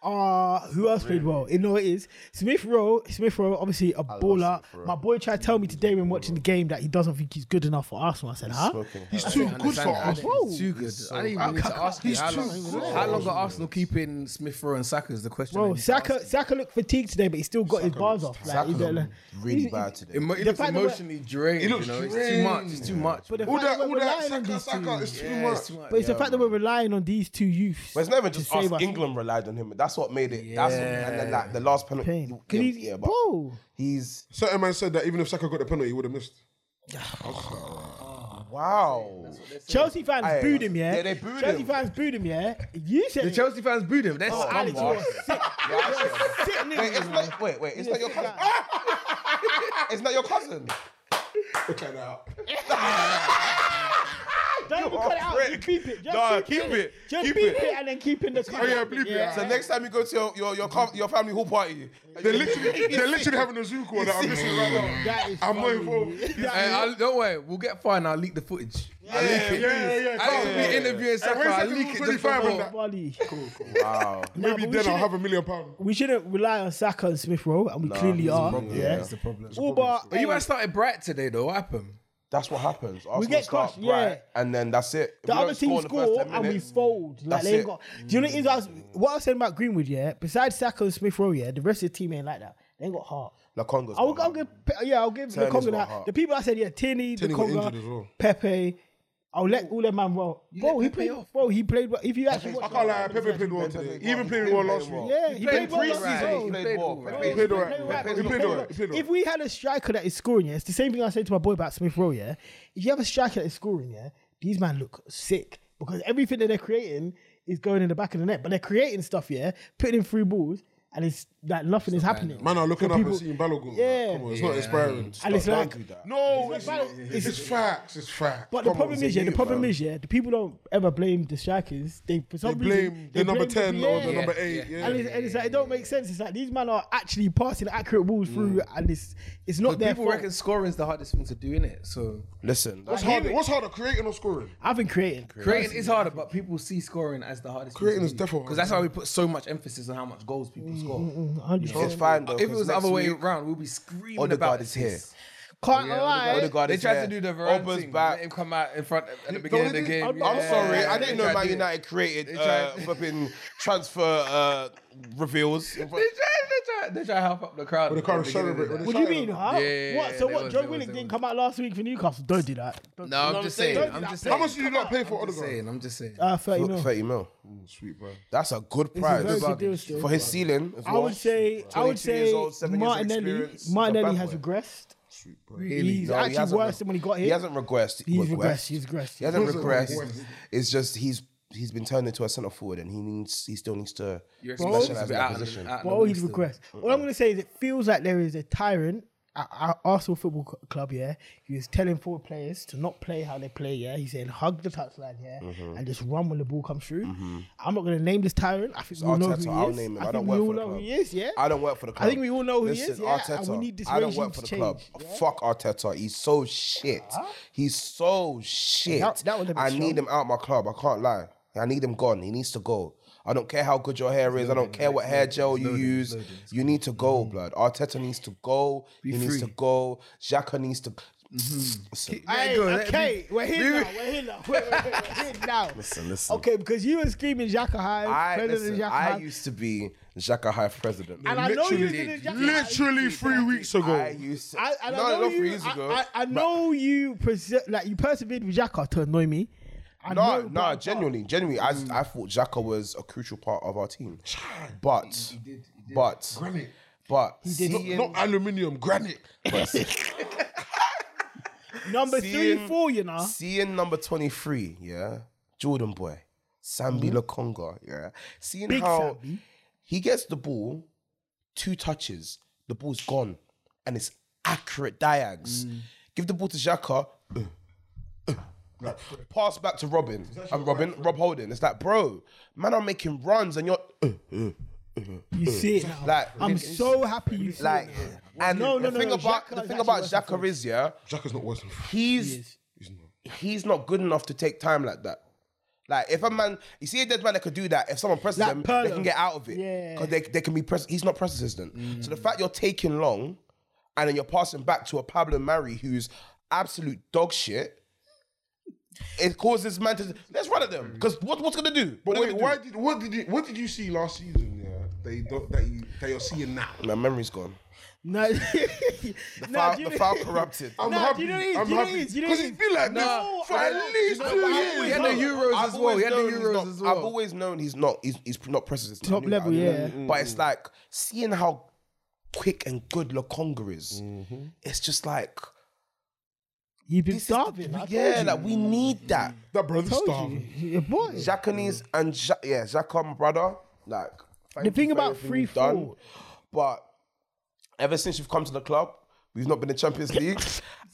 S2: Uh, who else played well? You know it is Smith Rowe. Smith Rowe, obviously a baller. My boy tried to tell me today when watching the game that he doesn't think he's good enough for Arsenal. I said, huh?
S4: He's too good for us.
S1: He's too good. I didn't even need to ask you.
S4: He's
S1: How
S4: too
S1: long,
S4: good.
S1: how long are Arsenal keeping Smith Rowe and Saka is the question. I
S2: Bro,
S1: need to
S2: Saka,
S1: ask.
S2: Saka looked fatigued today, but he still got his bars off. Like, he don't-
S3: Saka's really
S2: he-
S3: bad today.
S1: Emo- he
S2: The
S1: looks
S2: fact that we're-
S1: emotionally drained.
S4: looks
S1: you know, it's too
S4: drained.
S1: much. It's too much.
S2: But the
S4: All
S2: fact
S4: that,
S2: that
S4: all
S2: we're
S4: that,
S2: relying on
S4: Saka,
S2: these two-
S4: Saka is too
S1: Yeah,
S4: much.
S1: it's too much.
S2: But it's the fact that we're relying on these two youths.
S3: But it's not even
S2: to
S3: just us.
S2: save us.
S3: England relied on him. That's what made it. That's what, and then like the last penalty.
S2: Pain.
S3: Yeah,
S2: 'Cause he's-
S3: yeah, but
S2: bro.
S3: he's
S4: Certain man said that even if Saka got the penalty, he would have missed.
S3: wow.
S2: Chelsea fans
S3: Aye.
S2: booed him, yeah.
S3: Yeah, they booed
S2: Chelsea
S3: him.
S2: fans booed him, yeah. You said
S1: the
S2: it.
S1: Chelsea fans booed him. They're
S2: Oh, Alex,
S1: scumbags.
S2: you're sick. You're sick, nigga.
S3: Wait, it's
S2: Mm.
S3: not, wait, wait, it's not your cousin. it's not your cousin.
S4: Look at that.
S2: Don't even cut it out. Just beep it. Just
S3: Nah,
S2: beep
S3: keep it.
S2: Just
S3: Keep
S2: beep
S3: it.
S2: it. and then keep in the cut.
S4: Oh yeah, believe it.
S3: So next time you go to your your your, com- your family hall party,
S4: They're literally, they're literally having a Zoom call that I'm missing right now.
S2: That is
S4: I'm not
S2: funny.
S4: involved.
S1: Hey, I'll- don't worry, we'll get fine. I'll leak the footage. I'll leak
S4: Yeah,
S1: it.
S4: yeah, yeah.
S1: Alex will
S4: come on.
S1: be interviewing Saka.
S4: wait a
S1: I'll
S4: second,
S1: leak
S4: who's
S1: it just
S4: 25
S1: for
S4: on that?
S2: Funny.
S3: wow.
S2: Nah, but
S4: Maybe
S2: we
S4: then I'll
S2: shouldn't-
S4: have a million pounds.
S2: We shouldn't rely on Saka and Smith Rowe, and we clearly are. yeah,
S1: That's the problem.
S2: All but
S1: But you guys started bright today, though. What happened?
S3: That's what happens. Arsenal
S2: get
S3: start
S2: crushed, yeah.
S3: bright, and then that's it. If
S2: the
S3: we
S2: other
S3: don't
S2: team
S3: in the first
S2: score
S3: 10
S2: and we
S3: minutes-
S2: fold. Like
S3: That's
S2: they ain't
S3: it.
S2: got. Do you know what it is? I was, what I was saying about Greenwood, yeah. Besides Saka and Smith Rowe, yeah, the rest of the team ain't like that. They ain't got heart.
S3: La Congo's
S2: I will,
S3: gone.
S2: I'll give, Pe- yeah, I'll give
S3: Tierney's
S2: Lukonga
S3: got
S2: that.
S3: heart.
S2: The people I said, yeah, Tierney,
S4: Tierney got injured
S2: Lukonga,
S4: as well.
S2: Pepe. I'll let all them man roll. Bro,
S1: let
S2: he
S1: Pepe
S2: played.
S1: off.
S2: Bro, he played. well. If you actually
S4: I
S2: watch,
S4: can't lie, Pepe played well today. He even played well last week.
S2: yeah, he played well.
S3: pre-season,
S2: last
S3: he
S2: season.
S3: played well.
S1: right.
S3: He
S4: He played all
S2: Play
S4: right.
S2: right, but
S4: He
S2: you
S4: played
S2: play
S4: all right.
S2: right.
S4: He played all
S2: If
S4: right.
S2: we had a striker that is scoring, yeah, it's the same thing I said to my boy about Smith Rowe, yeah. If you have a striker that is scoring, yeah, these man look sick because everything that they're creating is going in the back of the net, but they're creating stuff, yeah, putting in three balls, and it's that nothing is happening.
S4: Man are looking
S2: So
S4: up
S2: people-
S4: and seeing Balogun.
S2: Yeah.
S4: Come on, it's not inspiring. Stop,
S2: And it's
S4: don't
S2: like-
S4: do that. No, it's,
S2: not
S4: not.
S2: valid.
S4: It's, it's facts. It's facts.
S2: But the
S4: Come
S2: problem
S4: on,
S2: is, yeah, the
S4: it's
S2: problem
S4: youth,
S2: is, yeah, the people don't ever blame the strikers. They for
S4: man.
S2: some
S4: they
S2: reason,
S4: blame the number
S2: blame
S4: ten
S2: the-
S4: or
S2: yeah.
S4: the number eight.
S1: yeah.
S4: Yeah.
S2: And it's, and it's like it don't make sense. It's like these men are actually passing accurate balls through,
S4: Mm.
S2: and it's it's not
S1: But
S2: their
S1: people
S2: fault.
S1: reckon scoring's the hardest thing to do, innit? So
S3: Listen,
S4: What's harder? What's harder, creating or scoring?
S2: I've been creating.
S1: creating is harder, but people see scoring as the hardest.
S4: Creating is definitely
S1: because that's why we put so much emphasis on how much goals people score.
S2: 100%.
S3: it's fine though.
S1: if it was the
S3: next
S1: other way
S3: week,
S1: around, we'll be screaming about
S3: Odegaard is here.
S1: assists.
S2: Can't
S1: Yeah,
S2: lie.
S3: Odegaard- God
S1: they
S3: is
S1: tried
S3: here.
S1: to do the Varane
S3: Oba's
S1: thing.
S3: back.
S1: Let him come out in front at the
S4: No,
S1: beginning of
S4: they
S1: the game.
S2: I'm-
S4: didn't.
S2: I'm
S1: Yeah,
S3: I'm sorry,
S1: yeah,
S3: I
S1: they
S3: didn't know
S1: tried
S3: Man
S1: to do it.
S3: United created
S1: They tried-
S3: uh, flipping transfer uh, reveals.
S1: They tried, they tried, they tried to help up the crowd.
S4: With the crowd
S1: at beginning,
S4: celebrate-
S1: didn't they?
S4: with the
S2: What do you mean, huh?
S1: Yeah,
S2: what? So
S1: they
S2: what?
S1: was,
S2: Joe
S1: they was,
S2: Willock
S1: they
S2: didn't
S1: was.
S2: come out last week for Newcastle. Don't do that. Don't-
S1: No, I'm just saying.
S2: Don't do
S1: I'm
S2: that.
S1: just
S4: How
S1: saying.
S4: much did you not pay for
S1: I'm just
S4: Odegaard?
S1: saying. I'm just saying.
S2: Uh, 30 mil.
S3: Thirty mil.
S4: Mm, Sweet man.
S3: That's a good
S2: a very
S3: price
S2: good deal still.
S3: for his ceiling. as
S2: I
S3: well.
S2: would say I would
S3: 22 years
S2: say
S3: old, seven years of
S2: Martinelli.
S3: experience.
S2: Martinelli
S3: Not bad
S2: has
S3: boy.
S2: regressed.
S1: Really?
S2: He's
S3: No, he
S2: actually
S3: hasn't
S2: worse
S3: re-
S2: than when he got here.
S3: He hasn't regressed.
S2: He's regressed. He's regressed.
S3: He hasn't
S4: Wasn't
S3: regressed.
S4: regressed.
S3: It's just he's he's been turned into a centre forward, and he needs he still needs to
S1: You're
S3: specialise in
S1: bit out
S3: that
S1: of the-
S3: position.
S1: out of the
S2: Well, he's
S1: league still.
S2: regressed. All I'm going to say is it feels like there is a tyrant at our Arsenal Football Cl- Club, yeah, who is telling forward players to not play how they play, yeah. He's saying hug the touchline, yeah,
S3: Mm-hmm.
S2: and just run when the ball comes through. I'm not going to name this tyrant. I think we all know who
S3: Arteta,
S2: he is.
S3: I'll name him. I,
S2: think
S3: don't
S2: we
S3: work
S2: all
S3: for the
S2: know
S3: club.
S2: who he is, yeah.
S3: I don't work for the club.
S2: think we all know who he is,
S3: Listen,
S2: yeah,
S3: Arteta,
S2: and we need this
S3: I don't
S2: regime
S3: work
S2: to
S3: for the
S2: change,
S3: club.
S2: yeah? Uh-huh.
S3: Fuck Arteta. He's so shit. He's so shit.
S2: That- that would have been
S3: I
S2: strong.
S3: need him out my club. I can't lie. I need him gone. He needs to go. I don't care how good your hair is. I don't care what hair gel you use. You need to go,
S2: Mm-hmm.
S3: blood. Arteta needs to go. He needs
S1: free.
S3: to go. Xhaka needs to.
S2: Mm-hmm.
S3: Listen,
S1: Yeah,
S2: Hey,
S1: go, let it
S2: okay,
S1: be-
S2: we're here
S1: we-
S2: now. We're here now. Wait, wait, wait, we're here now.
S3: listen, listen.
S2: Okay, because you were screaming Jaka High,
S3: I,
S2: president
S3: listen,
S2: Jaka
S3: I
S2: High,
S3: used to be Xhaka High president.
S2: and I know you
S1: literally-
S2: were screaming Jaka High.
S4: Literally three weeks
S3: I
S4: ago.
S3: used to.
S2: I, and
S3: no,
S2: I know
S3: not three
S2: you.
S3: years
S2: I,
S3: ago.
S2: I, I know you. Perse- like you persevered with Xhaka to annoy me. I Mm.
S3: No,
S2: know, but-
S3: no, genuinely, genuinely, I, I thought Xhaka was a crucial part of our team, but, but,
S4: Granite.
S3: but,
S4: Not,
S3: seeing-
S4: not aluminium, granite.
S2: number three,
S3: seeing-
S2: four. You know,
S3: seeing number twenty three, yeah, Jordan boy, Sambi Lokonga, yeah, seeing
S2: Mm-hmm. Big
S3: how
S2: Sambi.
S3: he gets the ball, two touches, the ball's gone, and it's accurate diags.
S2: Mm.
S3: Give the ball to Xhaka, Uh, pass back to Robin, and Robin, Rob Holding. It's like, bro, man, I'm making runs, and you're.
S2: you see it now.
S3: Like-
S2: I'm so happy you see
S3: Like,
S2: it.
S3: and
S2: No, no,
S3: the
S2: no,
S3: thing
S2: no,
S3: about
S2: Xhaka is
S3: the thing
S2: actually
S3: about
S2: worse than
S3: Xhaka is yeah,
S4: Xhaka's not worse than
S3: he's he's not good enough to take time like that. Like if a man, you see a dead man that could do that. If someone presses
S2: Like
S3: them,
S2: Pirlo.
S3: they can get out of it
S2: Yeah. Mm.
S3: because they, they can be press. He's not press resistant. So the fact you're taking long, and then you're passing back to a Pablo Mari who's absolute dog shit. It causes man to let's run at them because what, what's gonna do? What
S4: But
S3: are they gonna
S4: wait, why
S3: do?
S4: did what did you what did you see last season? Yeah, that you don't, that you that you're seeing now.
S3: My memory's gone.
S2: No,
S3: Foul-
S2: no, do you know-
S3: the foul corrupted.
S4: I'm
S2: Nah,
S4: happy.
S2: do you know what it is?
S4: I'm
S2: Do you know what it
S4: happy.
S2: is? Do you know what
S4: Because
S2: it
S4: it's
S2: is?
S4: been like
S2: No,
S4: this for
S2: I
S4: at
S2: know,
S4: least
S2: I
S4: two
S2: know, I
S1: He
S4: years.
S1: had the Euros
S3: I've
S1: as well. He had the
S3: always known he's
S1: Euros
S3: not-
S1: as well.
S3: I've always known he's not. He's, he's not precious.
S2: Top level, yeah.
S3: But it's like seeing how quick and good Lokonga is.
S1: Mm-hmm.
S3: It's just like
S2: You've been
S3: this is the-
S2: starving. I
S3: yeah,
S2: told
S3: like we need that.
S4: That brother's
S2: you.
S4: starving.
S2: Your boy.
S3: Japanese and Ja- yeah, Xhaka, my brother. Like
S2: The
S3: thank you
S2: thing
S3: for
S2: about
S3: everything
S2: free
S3: you've done.
S2: fall-
S3: but ever since you've come to the club. We've not been in Champions League.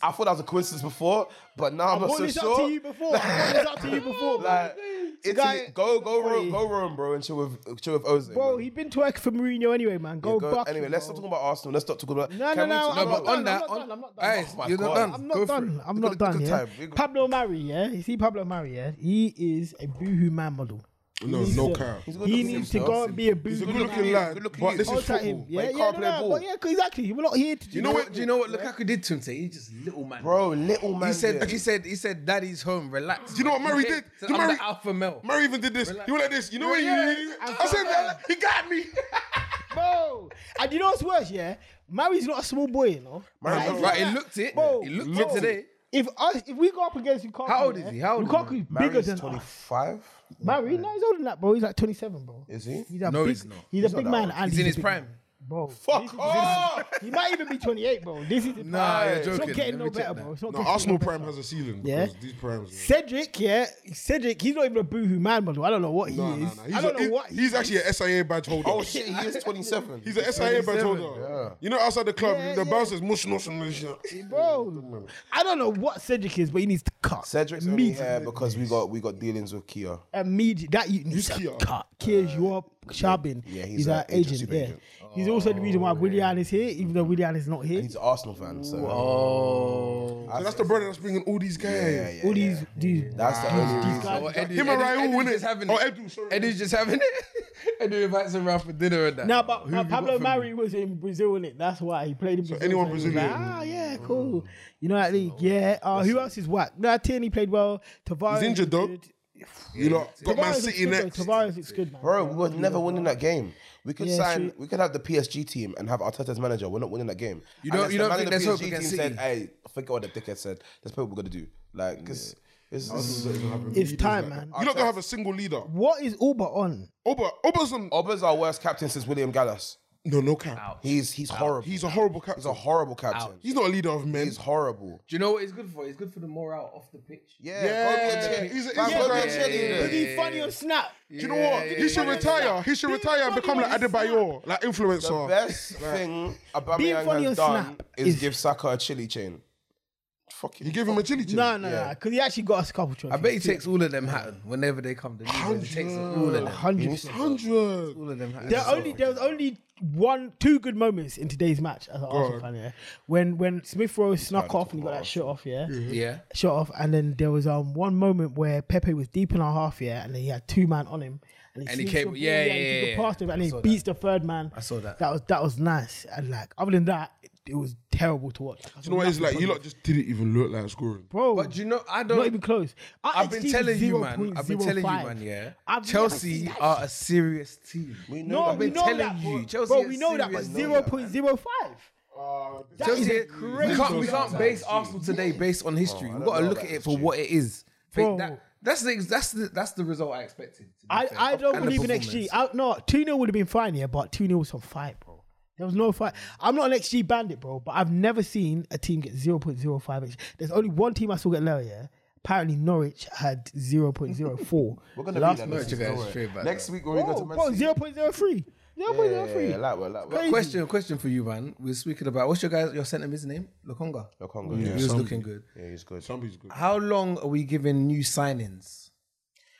S3: I thought that was a coincidence before, but now I'm
S2: I
S3: not
S2: brought
S3: so
S2: this
S3: sure.
S2: up to you before. I brought this up to you before.
S3: Like, Italy,
S2: guy-
S3: go go
S2: Sorry.
S3: Rome, go Rome, bro, and chill with chill with Ozil.
S2: Bro,
S3: man.
S2: he'd been to work for Mourinho anyway, man. Go,
S3: Go-
S2: back.
S3: anyway, let's stop talking about Arsenal. Let's stop talking about.
S2: No, no,
S3: Can we
S2: no,
S3: talk
S1: No,
S2: I'm not
S1: but
S3: about-
S2: done,
S1: on
S2: I'm
S1: that,
S2: not
S1: on,
S2: done, I'm not done.
S1: Guys,
S3: Oh my
S1: you're
S3: God.
S1: not done.
S2: I'm not
S1: Go for
S2: done.
S1: it.
S2: I'm
S3: We
S2: not
S3: got a
S2: done.
S3: good
S2: Yeah?
S3: time. We got-
S2: Pablo Mari, yeah, you see Pablo Mari, yeah, he is a boohoo man model.
S4: No,
S2: He's
S4: no
S2: a-
S4: cap. He's
S2: He
S3: looking
S2: needs to
S3: himself.
S2: go and be a boohoo.
S4: a
S2: man.
S4: good-looking
S3: Good
S4: lad,
S3: looking
S4: but
S3: youth.
S4: this
S2: Hold
S4: is
S2: at him.
S4: football.
S2: Yeah,
S3: But
S2: yeah,
S3: he can't
S2: no,
S3: play
S2: no,
S3: ball.
S2: But yeah, 'cause exactly. We're not here to do
S1: You know
S2: that.
S1: what? Do you know what Lukaku did to him? Today? He just little man.
S3: bro, little man.
S1: He said,
S3: there.
S1: he said, he said, daddy's home, relax.
S4: Do you know what Murray
S1: He
S4: did?
S1: said,
S4: Do
S1: I'm
S4: Murray-
S1: the alpha male.
S4: Mary even did this. You were like this. You know what?
S1: Yeah,
S4: you- I said that. He got me.
S2: bro? And you know what's worse? Yeah, Mari's not a small boy, you know.
S3: Mari's
S2: Like,
S3: not-
S2: he's
S1: Right,
S2: not-
S1: he looked it.
S2: Bro,
S1: He looked
S2: bro,
S1: it today.
S2: If us, if we go up against Lukaku,
S1: How old is
S2: yeah,
S1: he? How old is he?
S2: Lukaku's
S3: Mari's
S2: bigger than us.
S3: 25.
S2: Mari, no, he's older than that, bro. He's like 27, bro.
S3: Is he?
S2: He's a
S1: No,
S2: big,
S1: he's not.
S2: He's a big
S3: not that
S2: man.
S3: old.
S2: and
S1: He's in
S2: a
S1: his
S2: big
S1: prime.
S2: man. bro.
S3: Fuck off!
S2: He might even be 28, bro. This is
S1: Nah, you're
S2: It's not
S1: joking.
S2: getting
S1: Let
S2: no
S1: me check
S2: better,
S1: that.
S2: bro. It's not
S4: No,
S2: getting no
S4: Arsenal
S2: better.
S4: prime has a ceiling
S2: Yeah.
S4: because these primes.
S2: Cedric, yeah, Cedric. He's not even a boohoo man model. I don't know what he
S4: No, no, no.
S2: is.
S4: He's,
S2: I don't
S4: a-
S2: know
S4: he-
S2: what.
S4: he's actually an SIA badge holder.
S3: Oh shit, he is 27.
S4: He's an SIA badge
S1: 27,
S4: holder. You know, outside the club,
S2: Yeah,
S4: the
S2: yeah.
S4: bouncers mush mush mush.
S2: bro. I don't know what Cedric is, but he needs to cut.
S3: Cedric's only here because we got we got dealings with Kia.
S2: immediate that you need to
S4: Kia.
S2: cut. Kia's you up, Shabin.
S3: yeah,
S2: he's,
S3: he's
S2: our
S3: a agent,
S2: agent.
S3: super
S2: yeah,
S3: agent.
S2: he's also the reason why Willian is here, even though Willian is not here.
S3: He's an Arsenal fan, so
S1: Oh.
S4: So that's the brother that's bringing all these guys.
S3: yeah, yeah,
S2: All
S3: yeah.
S2: these dude,
S3: That's the only reason.
S1: Oh, Eddie,
S4: Him and
S1: Eddie-
S4: Raul
S1: Eddie's
S4: win it.
S1: just having
S4: Oh,
S1: it.
S4: Edu, sorry.
S1: Eddie's just having it. Eddie invites him round for dinner and that.
S2: Now, but
S1: Who have
S2: uh,
S1: you got
S2: Pablo
S1: for me?
S2: Mari was in Brazil, in it. That's why he played in Brazil.
S4: anyone
S2: he was like,
S4: Brazilian?
S2: ah, yeah, cool. You know that league, yeah. Uh, who else is whack? No, Tierney played well. Tavares
S4: He's injured, though.
S2: is good.
S4: You lot got Man
S2: Tavares looks
S4: City
S2: good, though.
S4: next.
S2: Tavares looks good, man.
S3: Bro, we were never winning that game. We could
S2: Yeah,
S3: sign.
S2: true.
S3: We could have the PSG team and have Arteta's manager. We're not winning that game.
S1: You don't-
S3: Unless
S1: you
S3: the
S1: don't
S3: man
S1: think
S3: of
S1: there's
S3: the
S1: hope
S3: PSG
S1: against
S3: team
S1: City?
S3: said, "Hey, forget what the dickhead said. Let's play what we're gonna do." Like, because it's, it's,
S2: It's time, man.
S4: You're not gonna have a single leader.
S2: What is Uber on?
S4: Oba, Oba's on.
S3: Oba's our worst captain since William Gallas.
S4: No, no cap.
S3: He's he's horrible.
S4: He's a horrible
S3: He's a
S4: captain.
S3: horrible captain.
S4: He's not a leader of men.
S3: He's horrible.
S1: Do you know what it's good for? It's good for the morale off the pitch.
S3: Yeah,
S4: Yeah,
S3: go be a cheer-
S4: he's a-
S3: man,
S4: he's a
S3: go be a
S4: guy-
S3: cheerleader.
S2: Is he funny on Snap?
S4: Do you know what? he should retire. He should
S2: Be
S4: retire and
S2: funny
S4: become like
S2: on his
S4: Adebayor, like
S3: The
S4: influencer.
S3: best thing Aubameyang
S2: funny on
S3: has done
S2: Snap
S3: is,
S2: is-
S3: give Saka a chili chain.
S4: You give him a chili chin.
S2: No, no, no, because he actually got us a couple trophies.
S1: I bet he takes all of them Hatton whenever they come. The leaders, he takes all of them.
S2: hundred percent.
S4: hundred.
S1: All of them Hatton.
S2: There are only there was only one two good moments in today's match as an Arsenal fan, yeah. When when Smith Rowe snuck off and he got that shot off, yeah.
S1: Yeah.
S2: Shot off and then there was um one moment where Pepe was deep in our half, yeah, and then he had two man on him.
S1: And he
S2: sneaks
S1: came-
S2: the ball,
S1: yeah, yeah,
S2: and he took
S1: yeah,
S2: it
S1: yeah.
S2: past him and he beats the third man. I
S1: saw that.
S2: That was that was nice. And like other than that, it, it was terrible to watch.
S4: Do you know what it's like? You lot just didn't even look like scoring.
S2: Bro,
S1: But do you know, I
S2: not
S1: don't.
S2: even close. Our
S1: I've been
S2: XG was
S1: telling you, man.
S2: 0.05.
S1: I've been telling you, man. Yeah,
S2: I've never
S1: Chelsea
S2: seen that
S1: are a serious team.
S2: No,
S1: I've
S2: we
S1: been
S2: know
S1: telling
S2: that,
S1: you,
S2: bro.
S1: Chelsea
S2: bro,
S1: is
S2: we know that, but
S1: serious.
S2: zero point zero five. That is
S1: Chelsea,
S2: a crazy.
S1: we can't, we can't base Arsenal today based on history. We've got to look at it for what it is.
S2: Bro.
S1: That- that's the that's the that's the result I expected. to be
S2: I,
S1: fair.
S2: I don't
S1: And the
S2: believe in XG.
S1: performance.
S2: I, no, 2 0 would have been fine, yeah, but 2 0 was on fight, bro. There was no fight. I'm not an XG bandit, bro, but I've never seen a team get 0.05 XG. There's only one team I saw get lower, yeah. Apparently, Norwich had 0.04.
S3: We're gonna
S2: Last
S3: beat them
S2: match.
S3: next week,
S1: guys,
S3: don't worry.
S1: straight back,
S3: Next
S1: though.
S3: week when we go
S2: Bro,
S3: to Man
S2: bro, 0.03.
S3: City.
S2: 0.03.
S3: Yeah, like, well, like, well.
S2: Crazy.
S1: Question, question for you, man. We're speaking about what's your guys, your centreman's name, Lokonga.
S3: Lokonga, yeah.
S1: he was looking good.
S3: Yeah, he's good.
S4: Somebody's good.
S1: How long are we giving new signings?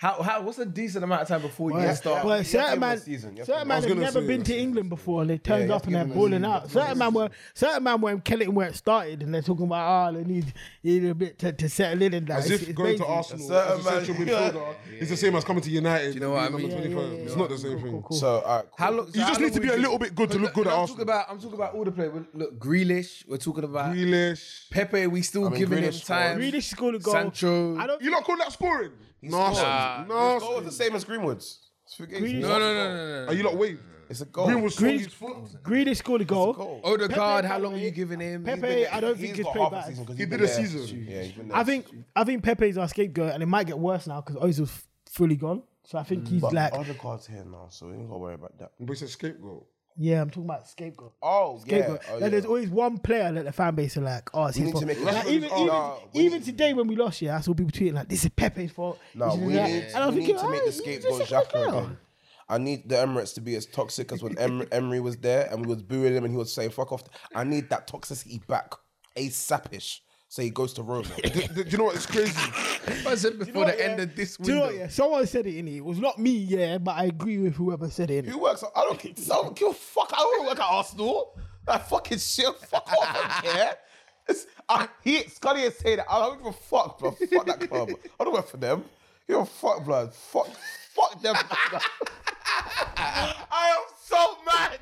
S1: How how what's a decent amount of time before you
S2: But-
S1: start?
S2: But
S3: have to give
S2: certain
S3: him
S2: man,
S3: a season. You have to
S2: certain
S3: give him- I
S2: man
S3: was
S2: have
S4: gonna
S2: never
S4: say
S2: been
S4: that.
S2: to England before and they turned
S3: you have
S2: up
S3: to
S2: and
S3: give
S2: they're
S3: him a
S2: balling
S3: season.
S2: out. Certain man were, certain man were in Kelly where it started and they're talking about ah, they need, need a bit to, to settle in and that.
S4: As
S2: Ah, It's-
S4: if
S2: it's
S4: going to
S2: crazy.
S4: Arsenal
S3: certain
S4: as a central
S3: man-
S4: midfielder is the same as coming to United. Do
S1: you know what I mean?
S4: Number
S1: Yeah,
S4: twenty-five. It's not the same thing.
S3: So, all right,
S1: How
S3: cool.
S1: long? so
S4: You
S1: how
S4: just
S1: long
S4: need to
S1: we
S4: be a
S1: give-
S4: little bit good to
S1: Look,
S4: look good
S1: look,
S4: at
S1: I'm
S4: Arsenal.
S1: Talking about, I'm talking about all the players. We're- Look, Grealish. We're talking about
S4: Grealish.
S1: Pepe. We still
S3: mean,
S1: giving
S3: Grealish
S1: him time.
S2: Grealish scored a goal.
S1: Sancho.
S2: I don't.
S4: You lot call that scoring?
S3: Scored.
S4: Nasty.
S3: His goal was the
S4: Nasty.
S3: same as Greenwood's. It's forget-
S2: Greenwood-
S1: No, no, no, no, no,
S4: Are
S1: no.
S4: you lot waved?
S3: It's a goal.
S4: Green was
S2: Green-
S4: swung his foot.
S2: Grealish scored a
S3: It's a
S2: goal.
S3: goal.
S1: Odegaard.
S2: Pepe,
S1: How long
S2: by the
S1: are
S2: way,
S1: you giving him?
S2: Pepe,
S1: He's been-
S2: I don't think
S3: He's
S2: he's
S3: got
S2: played
S3: half a
S2: back.
S3: season 'cause
S4: He
S3: he's
S4: did
S3: been
S4: a
S3: there.
S4: season.
S3: Yeah, he's been there.
S2: I think I think Pepe's our scapegoat, and it might get worse now because Ozil's f- fully gone. So I
S3: Mm.
S2: think he's like,
S3: Odegaard's here now, so we ain't gotta worry about that.
S4: But it's a scapegoat.
S2: yeah, I'm talking about scapegoat.
S3: Oh, yeah.
S2: Scapegoat.
S3: Oh,
S2: like,
S3: yeah.
S2: There's always one player that the fan base are like, oh, it's
S3: We
S2: his
S3: need to
S2: fault.
S3: make-
S2: Like,
S3: Rashford
S2: even
S3: is on.
S2: even,
S3: Nah, we
S2: even
S3: need-
S2: today when we lost, yeah, I saw people tweeting like, this is Pepe's fault.
S3: No,
S2: This is
S3: we
S2: that.
S3: need,
S2: and I was
S3: we need
S2: thinking,
S3: to make
S2: "Alright,
S3: the
S2: he's
S3: scapegoat
S2: just a fucker."
S3: Xhaka again. I need the Emirates to be as toxic as when Em- Emery was there and we was booing him and he was saying "fuck off." I need that toxicity back, asapish. So he goes to Roma.
S4: Do- Do do you know what? It's crazy.
S1: I said
S2: You know
S1: before
S2: what,
S1: the
S2: yeah?
S1: end of this
S2: Do you know what,
S1: window.
S2: yeah? Someone said it in it. It was not me, yeah, but I agree with whoever said it. innit?
S3: Who works? I don't. I don't give a fuck. I don't work at Arsenal. That fucking shit. Fuck off. I don't care. It's, I, he, Scotty is saying that. I don't give a fuck, bro. Fuck that club. I don't work for them. You a fuck, blood. Fuck. Fuck them. I am so mad.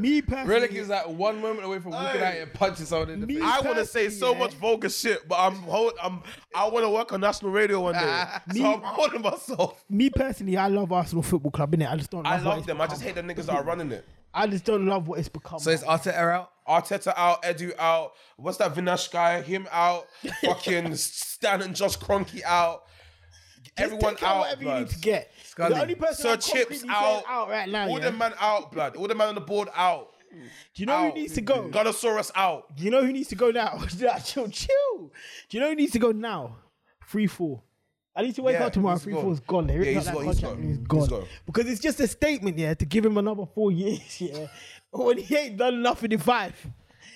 S2: Me personally,
S1: Relic is like one moment away from walking
S3: Hey.
S1: out and punching someone in the
S2: Me-
S1: face.
S3: I want to say so
S2: Yeah.
S3: much vulgar shit, but I'm hold. I'm. I want to work on national radio one day, so I'm holding myself.
S2: me personally, I love Arsenal Football Club, innit? I just don't. Love
S3: I
S2: what
S3: love
S2: it's
S3: them. I
S2: become.
S3: just hate the niggas that are running it.
S2: I just don't love what it's become.
S1: So it's Arteta out.
S3: Arteta out, Edu out. What's that Vinash guy? Him out. Fucking Stan and Josh Cronky out.
S2: Just
S3: Everyone
S2: take
S3: out.
S2: Whatever you need
S3: Blood.
S2: to get.
S1: Scully.
S2: The only person
S3: Sir
S2: I'm
S3: Chips
S2: concretely saying
S3: out.
S2: out right now.
S3: All
S2: yeah?
S3: the man out, blood. All the man on the board out.
S2: Do you know who needs to go?
S3: Gonosaurus out.
S2: Do you know who needs to go now? chill, chill. Do you know who needs to go now? Free fall. I need to wake
S3: Yeah,
S2: up tomorrow.
S3: he's
S2: Free
S3: gone.
S2: fall's gone. They ripped
S3: Yeah,
S2: out
S3: he's
S2: that
S3: gone, he's
S2: contract.
S3: gone.
S2: and He's
S3: He's
S2: gone.
S3: gone.
S2: Because it's just a statement, yeah, to give him another four years, yeah, when he ain't done nothing in five.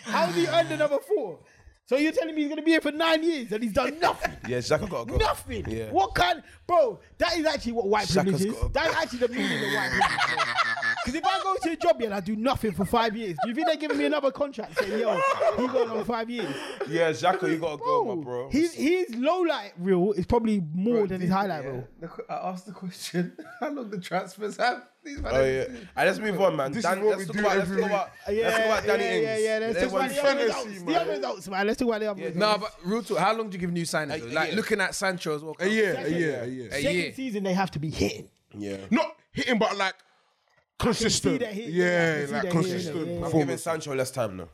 S2: How has he earned another four? So you're telling me he's gonna be here for nine years and he's done nothing?
S3: Yeah, Shaka got to go.
S2: Nothing.
S3: Yeah.
S2: What kind, bro? That is actually what white
S3: Shaka's
S2: privilege
S3: got
S2: is.
S3: a-
S2: That's actually the meaning of white privilege. Because if I go to a job yeah, and I do nothing for five years, do you think they're giving me another contract? Saying, yo, you got another five years.
S3: Yeah, Shaka, you got to go,
S2: Bro,
S3: my bro.
S2: His his low light reel is probably more than his highlight
S1: Yeah.
S2: reel.
S1: The qu- I asked the question: How long the transfers have? These man-
S3: Oh yeah, and let's move on, man.
S4: This
S3: Dan,
S4: is what
S3: let's
S4: we
S3: talk
S4: do
S3: about, let's
S4: every
S3: talk about,
S2: Yeah,
S3: let's talk about Danny
S2: yeah,
S3: Ings.
S2: yeah, yeah. Let's talk about the other
S3: Everyone-
S4: fantasy,
S2: results. The other
S4: man.
S2: results, man. Let's talk about the other results.
S1: No, but real talk. How long do you give new signings?
S3: A-
S1: though?
S3: a
S1: Like
S3: year.
S1: looking at Sancho as well.
S4: A year, a year, a year.
S1: A
S2: Second
S1: year.
S2: season, they have to be hitting.
S3: yeah.
S4: Not hitting, but like consistent.
S2: that hit, yeah, I
S4: Yeah,
S2: can see
S4: like
S2: that hit, yeah,
S4: consistent
S2: yeah.
S3: I'm giving
S4: performance.
S3: Sancho less time now.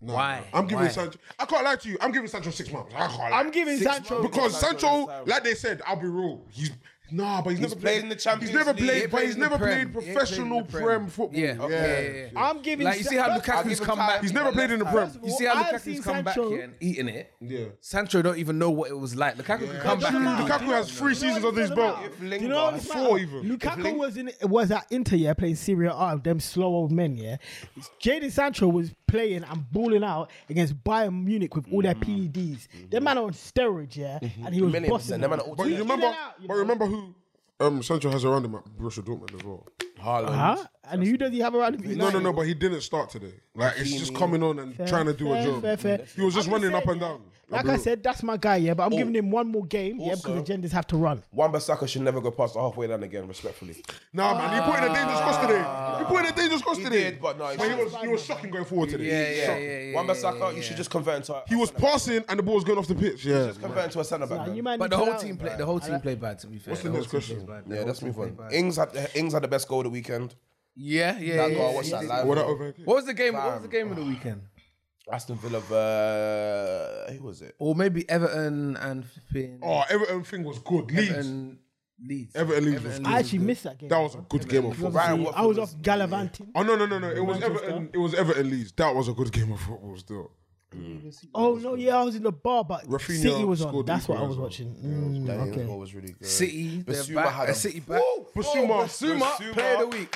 S1: Why?
S4: I'm giving
S1: Why?
S4: Sancho. I can't lie to you. I'm giving Sancho six months. I can't lie.
S2: I'm giving Sancho.
S4: because
S3: Sancho
S4: Sancho,
S3: is terrible.
S4: like they said, I'll be real. He's nah, but he's, never
S3: played
S4: played
S3: in the Champions
S4: He's never
S3: League. He
S4: played, but
S1: played
S4: he's
S1: in the
S4: never
S1: Prem.
S4: played
S1: He ain't
S4: professional
S1: played in the
S4: prem.
S1: Prem.
S4: football.
S1: Yeah, yeah, yeah, yeah.
S2: I'm giving.
S1: Like you see how
S2: Sa- First
S1: Lukaku's
S3: him
S1: come
S3: time.
S1: back.
S4: He's never played in the prem.
S2: of
S1: You
S2: all,
S1: see how
S2: I've
S1: Lukaku's
S2: seen
S1: come back
S2: Sancho-
S1: here and eating it.
S4: Yeah.
S1: Sancho don't even know what it was like. Lukaku can come
S4: True,
S1: back.
S2: Nah,
S1: and-
S4: Lukaku has three
S2: You know
S4: seasons
S2: what
S4: under his
S2: it's
S4: belt.
S2: about?
S3: If
S2: Do you
S3: Lingard-
S2: know what it's
S4: Four
S2: about?
S4: even.
S2: Lukaku
S3: If Ling-
S2: was in was at Inter, yeah, playing Serie A, with them slow old men, yeah. Jadon Sancho was playing and balling out against Bayern Munich with all their PEDs. Them man are on steroids, yeah, and he was
S3: Million
S2: bossing
S3: percent. Them man are all
S4: But
S3: Yeah.
S4: you
S2: In
S4: remember,
S2: and out, you
S4: but
S2: know.
S4: remember who um, Sancho has around him at Borussia Dortmund as well.
S3: Haaland.
S2: Huh? And who does he have around him?
S4: No, no, no. But he didn't start today. Like it's just coming on and trying to do a
S2: fair,
S4: job.
S2: fair, fair.
S4: He was just
S2: I'm
S4: running
S2: saying,
S4: up and
S2: yeah,
S4: down.
S2: Like
S4: I'll
S2: I
S4: be
S2: said, that's my guy, yeah, but I'm
S3: Oh.
S2: giving him one more game, yeah, because
S3: Also-
S2: agendas have to run.
S3: Wan Bissaka should never go past the halfway line again, respectfully.
S4: real. nah, man. He put in a dangerous cross today. He put in a dangerous cross
S3: He
S4: today.
S3: did, but no, he
S4: he
S3: shouldn't.
S4: was he was shocking going forward today.
S1: Yeah, yeah,
S4: Shocking.
S1: yeah, yeah.
S3: Wan
S1: yeah,
S3: Bissaka,
S1: yeah,
S3: you
S1: yeah.
S3: should just convert into.
S4: He was passing and the ball was going off the pitch. Yeah.
S3: just convert into a centre back.
S2: Like,
S3: man.
S2: you man
S1: But
S2: need
S1: the
S2: to
S1: whole
S2: allow
S1: team
S2: him.
S1: played. The whole team played bad. To be fair,
S4: What's the
S1: whole
S4: next
S1: team
S4: question?
S1: played bad. The
S3: Yeah,
S1: whole
S3: let's
S1: team
S3: move
S1: played
S3: on.
S1: bad.
S3: Ings had the, Ings had the best goal of the weekend.
S1: Yeah, yeah,
S3: That
S1: yeah.
S3: goal, I
S1: yeah,
S3: watched
S1: yeah.
S3: that live.
S4: What that over?
S1: What was the game? What was the game of the weekend?
S3: Aston Villa, uh, who was it?
S1: Or maybe Everton and flipping
S4: Oh, Everton thing was good. Leeds.
S1: Everton Leeds.
S4: Everton Leeds was
S1: Everton
S4: good.
S2: I actually missed that game.
S4: That was a good game of football.
S3: Brian
S2: I
S3: Watford
S2: was
S3: was-
S2: off gallivanting.
S4: Oh no no no no! It was Everton. It was Everton Leeds. That was a good game of football still.
S2: Oh no, yeah, I was in the bar, but
S4: Rafinha
S2: City was on.
S4: scored
S2: That's what I
S4: equaliser.
S2: was watching. Mm,
S3: That Ings
S2: okay.
S3: goal was really good.
S1: City. they're
S3: Basuma
S1: back-
S3: had
S1: uh,
S3: a-
S1: City back. Oh,
S4: Basuma.
S1: Basuma, player of the week.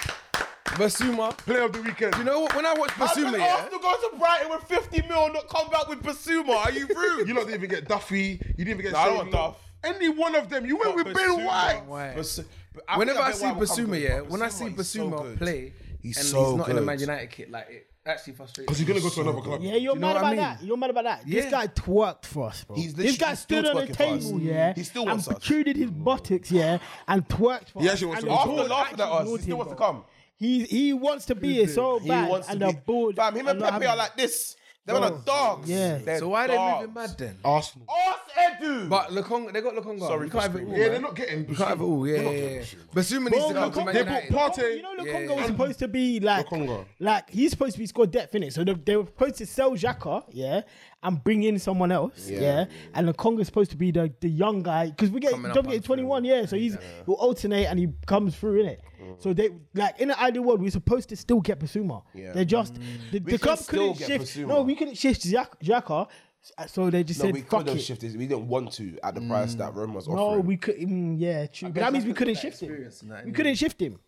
S1: Basuma.
S4: Player of the weekend.
S1: You know what? When I watch Basuma, yeah,
S3: to go to Brighton with 50 mil, not come back with Basuma. Are you rude?
S4: You lot didn't even get Duffy. You didn't even get.
S3: Nah, I don't
S4: Saliba.
S3: want Duff.
S4: Any one of them. You went with Ben White.
S1: White.
S3: Basu- but
S1: whenever
S3: think
S1: I
S3: Ben
S1: see
S3: White will come
S1: Basuma,
S3: good,
S1: yeah,
S3: but
S1: when I see
S3: he's so
S1: Basuma
S3: good.
S1: play,
S3: He's
S1: and
S3: so
S1: he's not in the
S3: good.
S1: Man United kit, like it actually frustrates.
S4: Because
S1: me.
S4: he's gonna go to another club.
S2: Yeah, you're
S1: you know
S2: mad
S1: what
S2: about
S1: I mean?
S2: that. You're mad about that.
S1: Yeah.
S2: This guy twerked for us, bro.
S3: He's
S2: this
S3: literally-
S2: guy
S3: he's still
S2: stood on the
S3: twerking for us.
S2: table, yeah,
S3: He still
S2: and
S3: wants us.
S2: protruded his buttocks, yeah, and twerked for
S4: He
S2: us.
S4: actually wants
S2: And
S4: to go
S2: the
S4: to
S2: board
S3: After laughing
S2: actually
S3: at us, he
S2: ignored
S3: still
S2: him,
S3: wants to
S2: bro.
S3: come.
S2: He he wants to be here so
S3: He
S2: bad,
S3: wants
S2: and
S3: to
S2: the
S3: be.
S2: board.
S3: Fam, him and
S2: are not
S3: Pepe are
S2: having it.
S3: like this. They're not dogs.
S2: Yeah.
S3: They're
S1: So why are they moving
S3: dogs.
S1: mad then?
S4: Arsenal.
S3: Us, Edu.
S1: But Lukonga, they got Lukonga.
S3: Sorry
S1: Sorry, you
S3: for
S1: can't have it all.
S3: screaming.
S4: Yeah,
S1: man.
S4: they're not getting.
S1: You can't have it all. Yeah, yeah, yeah. Basuma needs to
S2: Bro,
S1: come to Man
S2: Lukonga-
S1: United.
S4: They put Partey-
S2: You know, Lukonga
S1: Yeah, yeah,
S2: was
S1: yeah.
S2: supposed to be like,
S4: Lukonga.
S2: like he's supposed to be scored depth in it. So they, they were supposed to sell Xhaka, yeah, and bring in someone else, yeah. And Lukonga's supposed to be the, the young guy because we get
S1: Coming up
S2: don't get
S1: after
S2: 21, yeah. So he's will alternate and he comes through in it. So they like in the ideal world, we're supposed to still get Basuma.
S3: Yeah.
S2: They're just the, the
S3: can
S2: club
S3: still
S2: couldn't
S3: get
S2: shift.
S3: Bissouma.
S2: No, we couldn't shift Xhaka. Xhaka so they just
S3: no, we
S2: said, "Fuck
S3: could have
S2: it." Mm.
S3: shifted. We didn't want to at the price that Rome was
S2: No,
S3: offering.
S2: we could. Mm, yeah, true. But that means we
S1: Xhaka's
S2: couldn't
S1: got that
S2: shift him.
S1: experience and that,
S2: We
S1: innit?
S2: couldn't shift him.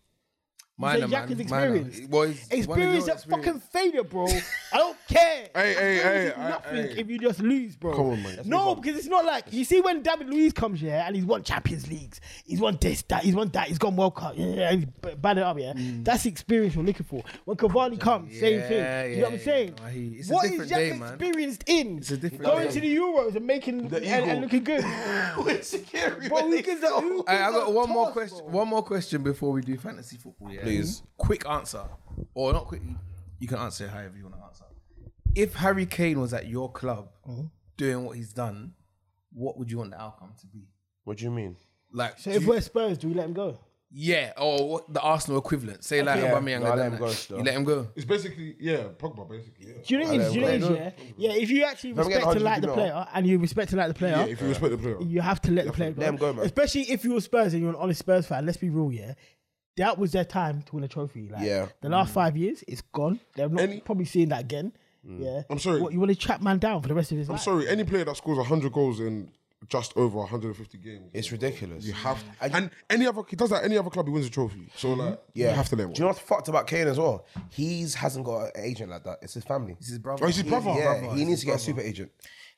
S1: Minor,
S2: Say Jack
S1: man,
S2: is
S1: minor.
S2: experienced.
S1: Well, he's one of your
S2: Experience a fucking
S1: experience.
S2: failure, bro. I don't care.
S4: Hey, hey,
S2: Experience
S4: hey,
S2: is nothing
S4: hey, hey.
S2: if you just lose, bro.
S4: Come on, man. Let's
S2: No, because it's not like you see when David Luiz comes here and he's won Champions Leagues, he's won this, that, he's won that, he's gone World Cup, yeah, yeah, he's b- bad it up, yeah. That's the experience you're looking for. When Cavani comes, same
S1: Mm. Yeah,
S2: thing. you know what I'm
S1: yeah,
S2: saying?
S1: yeah. I hear you. It's a
S2: What is
S1: different
S2: Jack
S1: day, man.
S2: experienced in?
S1: It's a different
S2: going
S1: day.
S2: to the Euros and making and, and
S3: eagle.
S2: looking good.
S3: We're secure.
S2: Bro, who gives a- who
S1: Hey, I
S2: gives a
S1: got one more
S2: toss,
S1: question.
S2: bro?
S1: One more question before we do fantasy football. Yeah?
S3: Please.
S1: Quick answer, or not quick. You can answer it however you want to answer. If Harry Kane was at your club doing what he's done, what would you want the outcome to be?
S3: What do you mean?
S1: Like,
S2: So
S1: do
S2: if
S1: you-
S2: we're Spurs, do we let him go?
S1: yeah, or what, the Arsenal equivalent. Say like
S3: Yeah,
S1: Aubameyang.
S3: no, I
S1: had
S3: let
S1: done
S3: him go
S1: that.
S3: still.
S1: you let him go.
S4: It's basically yeah, Pogba basically. Yeah.
S2: Do you know what it is? Do you know what it is, yeah? Yeah, if you actually
S3: Don't forget
S2: respect and
S3: the
S2: like the
S3: 150 mil.
S2: player and you respect and like the player,
S4: Yeah, if you respect the player.
S2: you have to let the player go.
S3: Let him go, man.
S2: Especially if you're Spurs and you're an honest Spurs fan. Let's be real, yeah. that was their time to win a trophy. Like,
S3: Yeah.
S2: The last five years, it's gone. They're not
S4: Any-
S2: probably seeing that again. Yeah.
S4: I'm sorry.
S2: What, you want to trap man down for the rest of his
S4: I'm
S2: life?
S4: sorry, any player that scores 100 goals in just over 150 games,
S3: It's ridiculous.
S4: you have and, any other he does that any other club he wins a trophy. So like, yeah, you have to let him.
S3: Do you know what's fucked about Kane as well? He's hasn't got an agent like that. It's his family.
S1: This is brother.
S4: Oh, he's his brother.
S3: yeah,
S4: brother.
S3: he needs to get a super agent.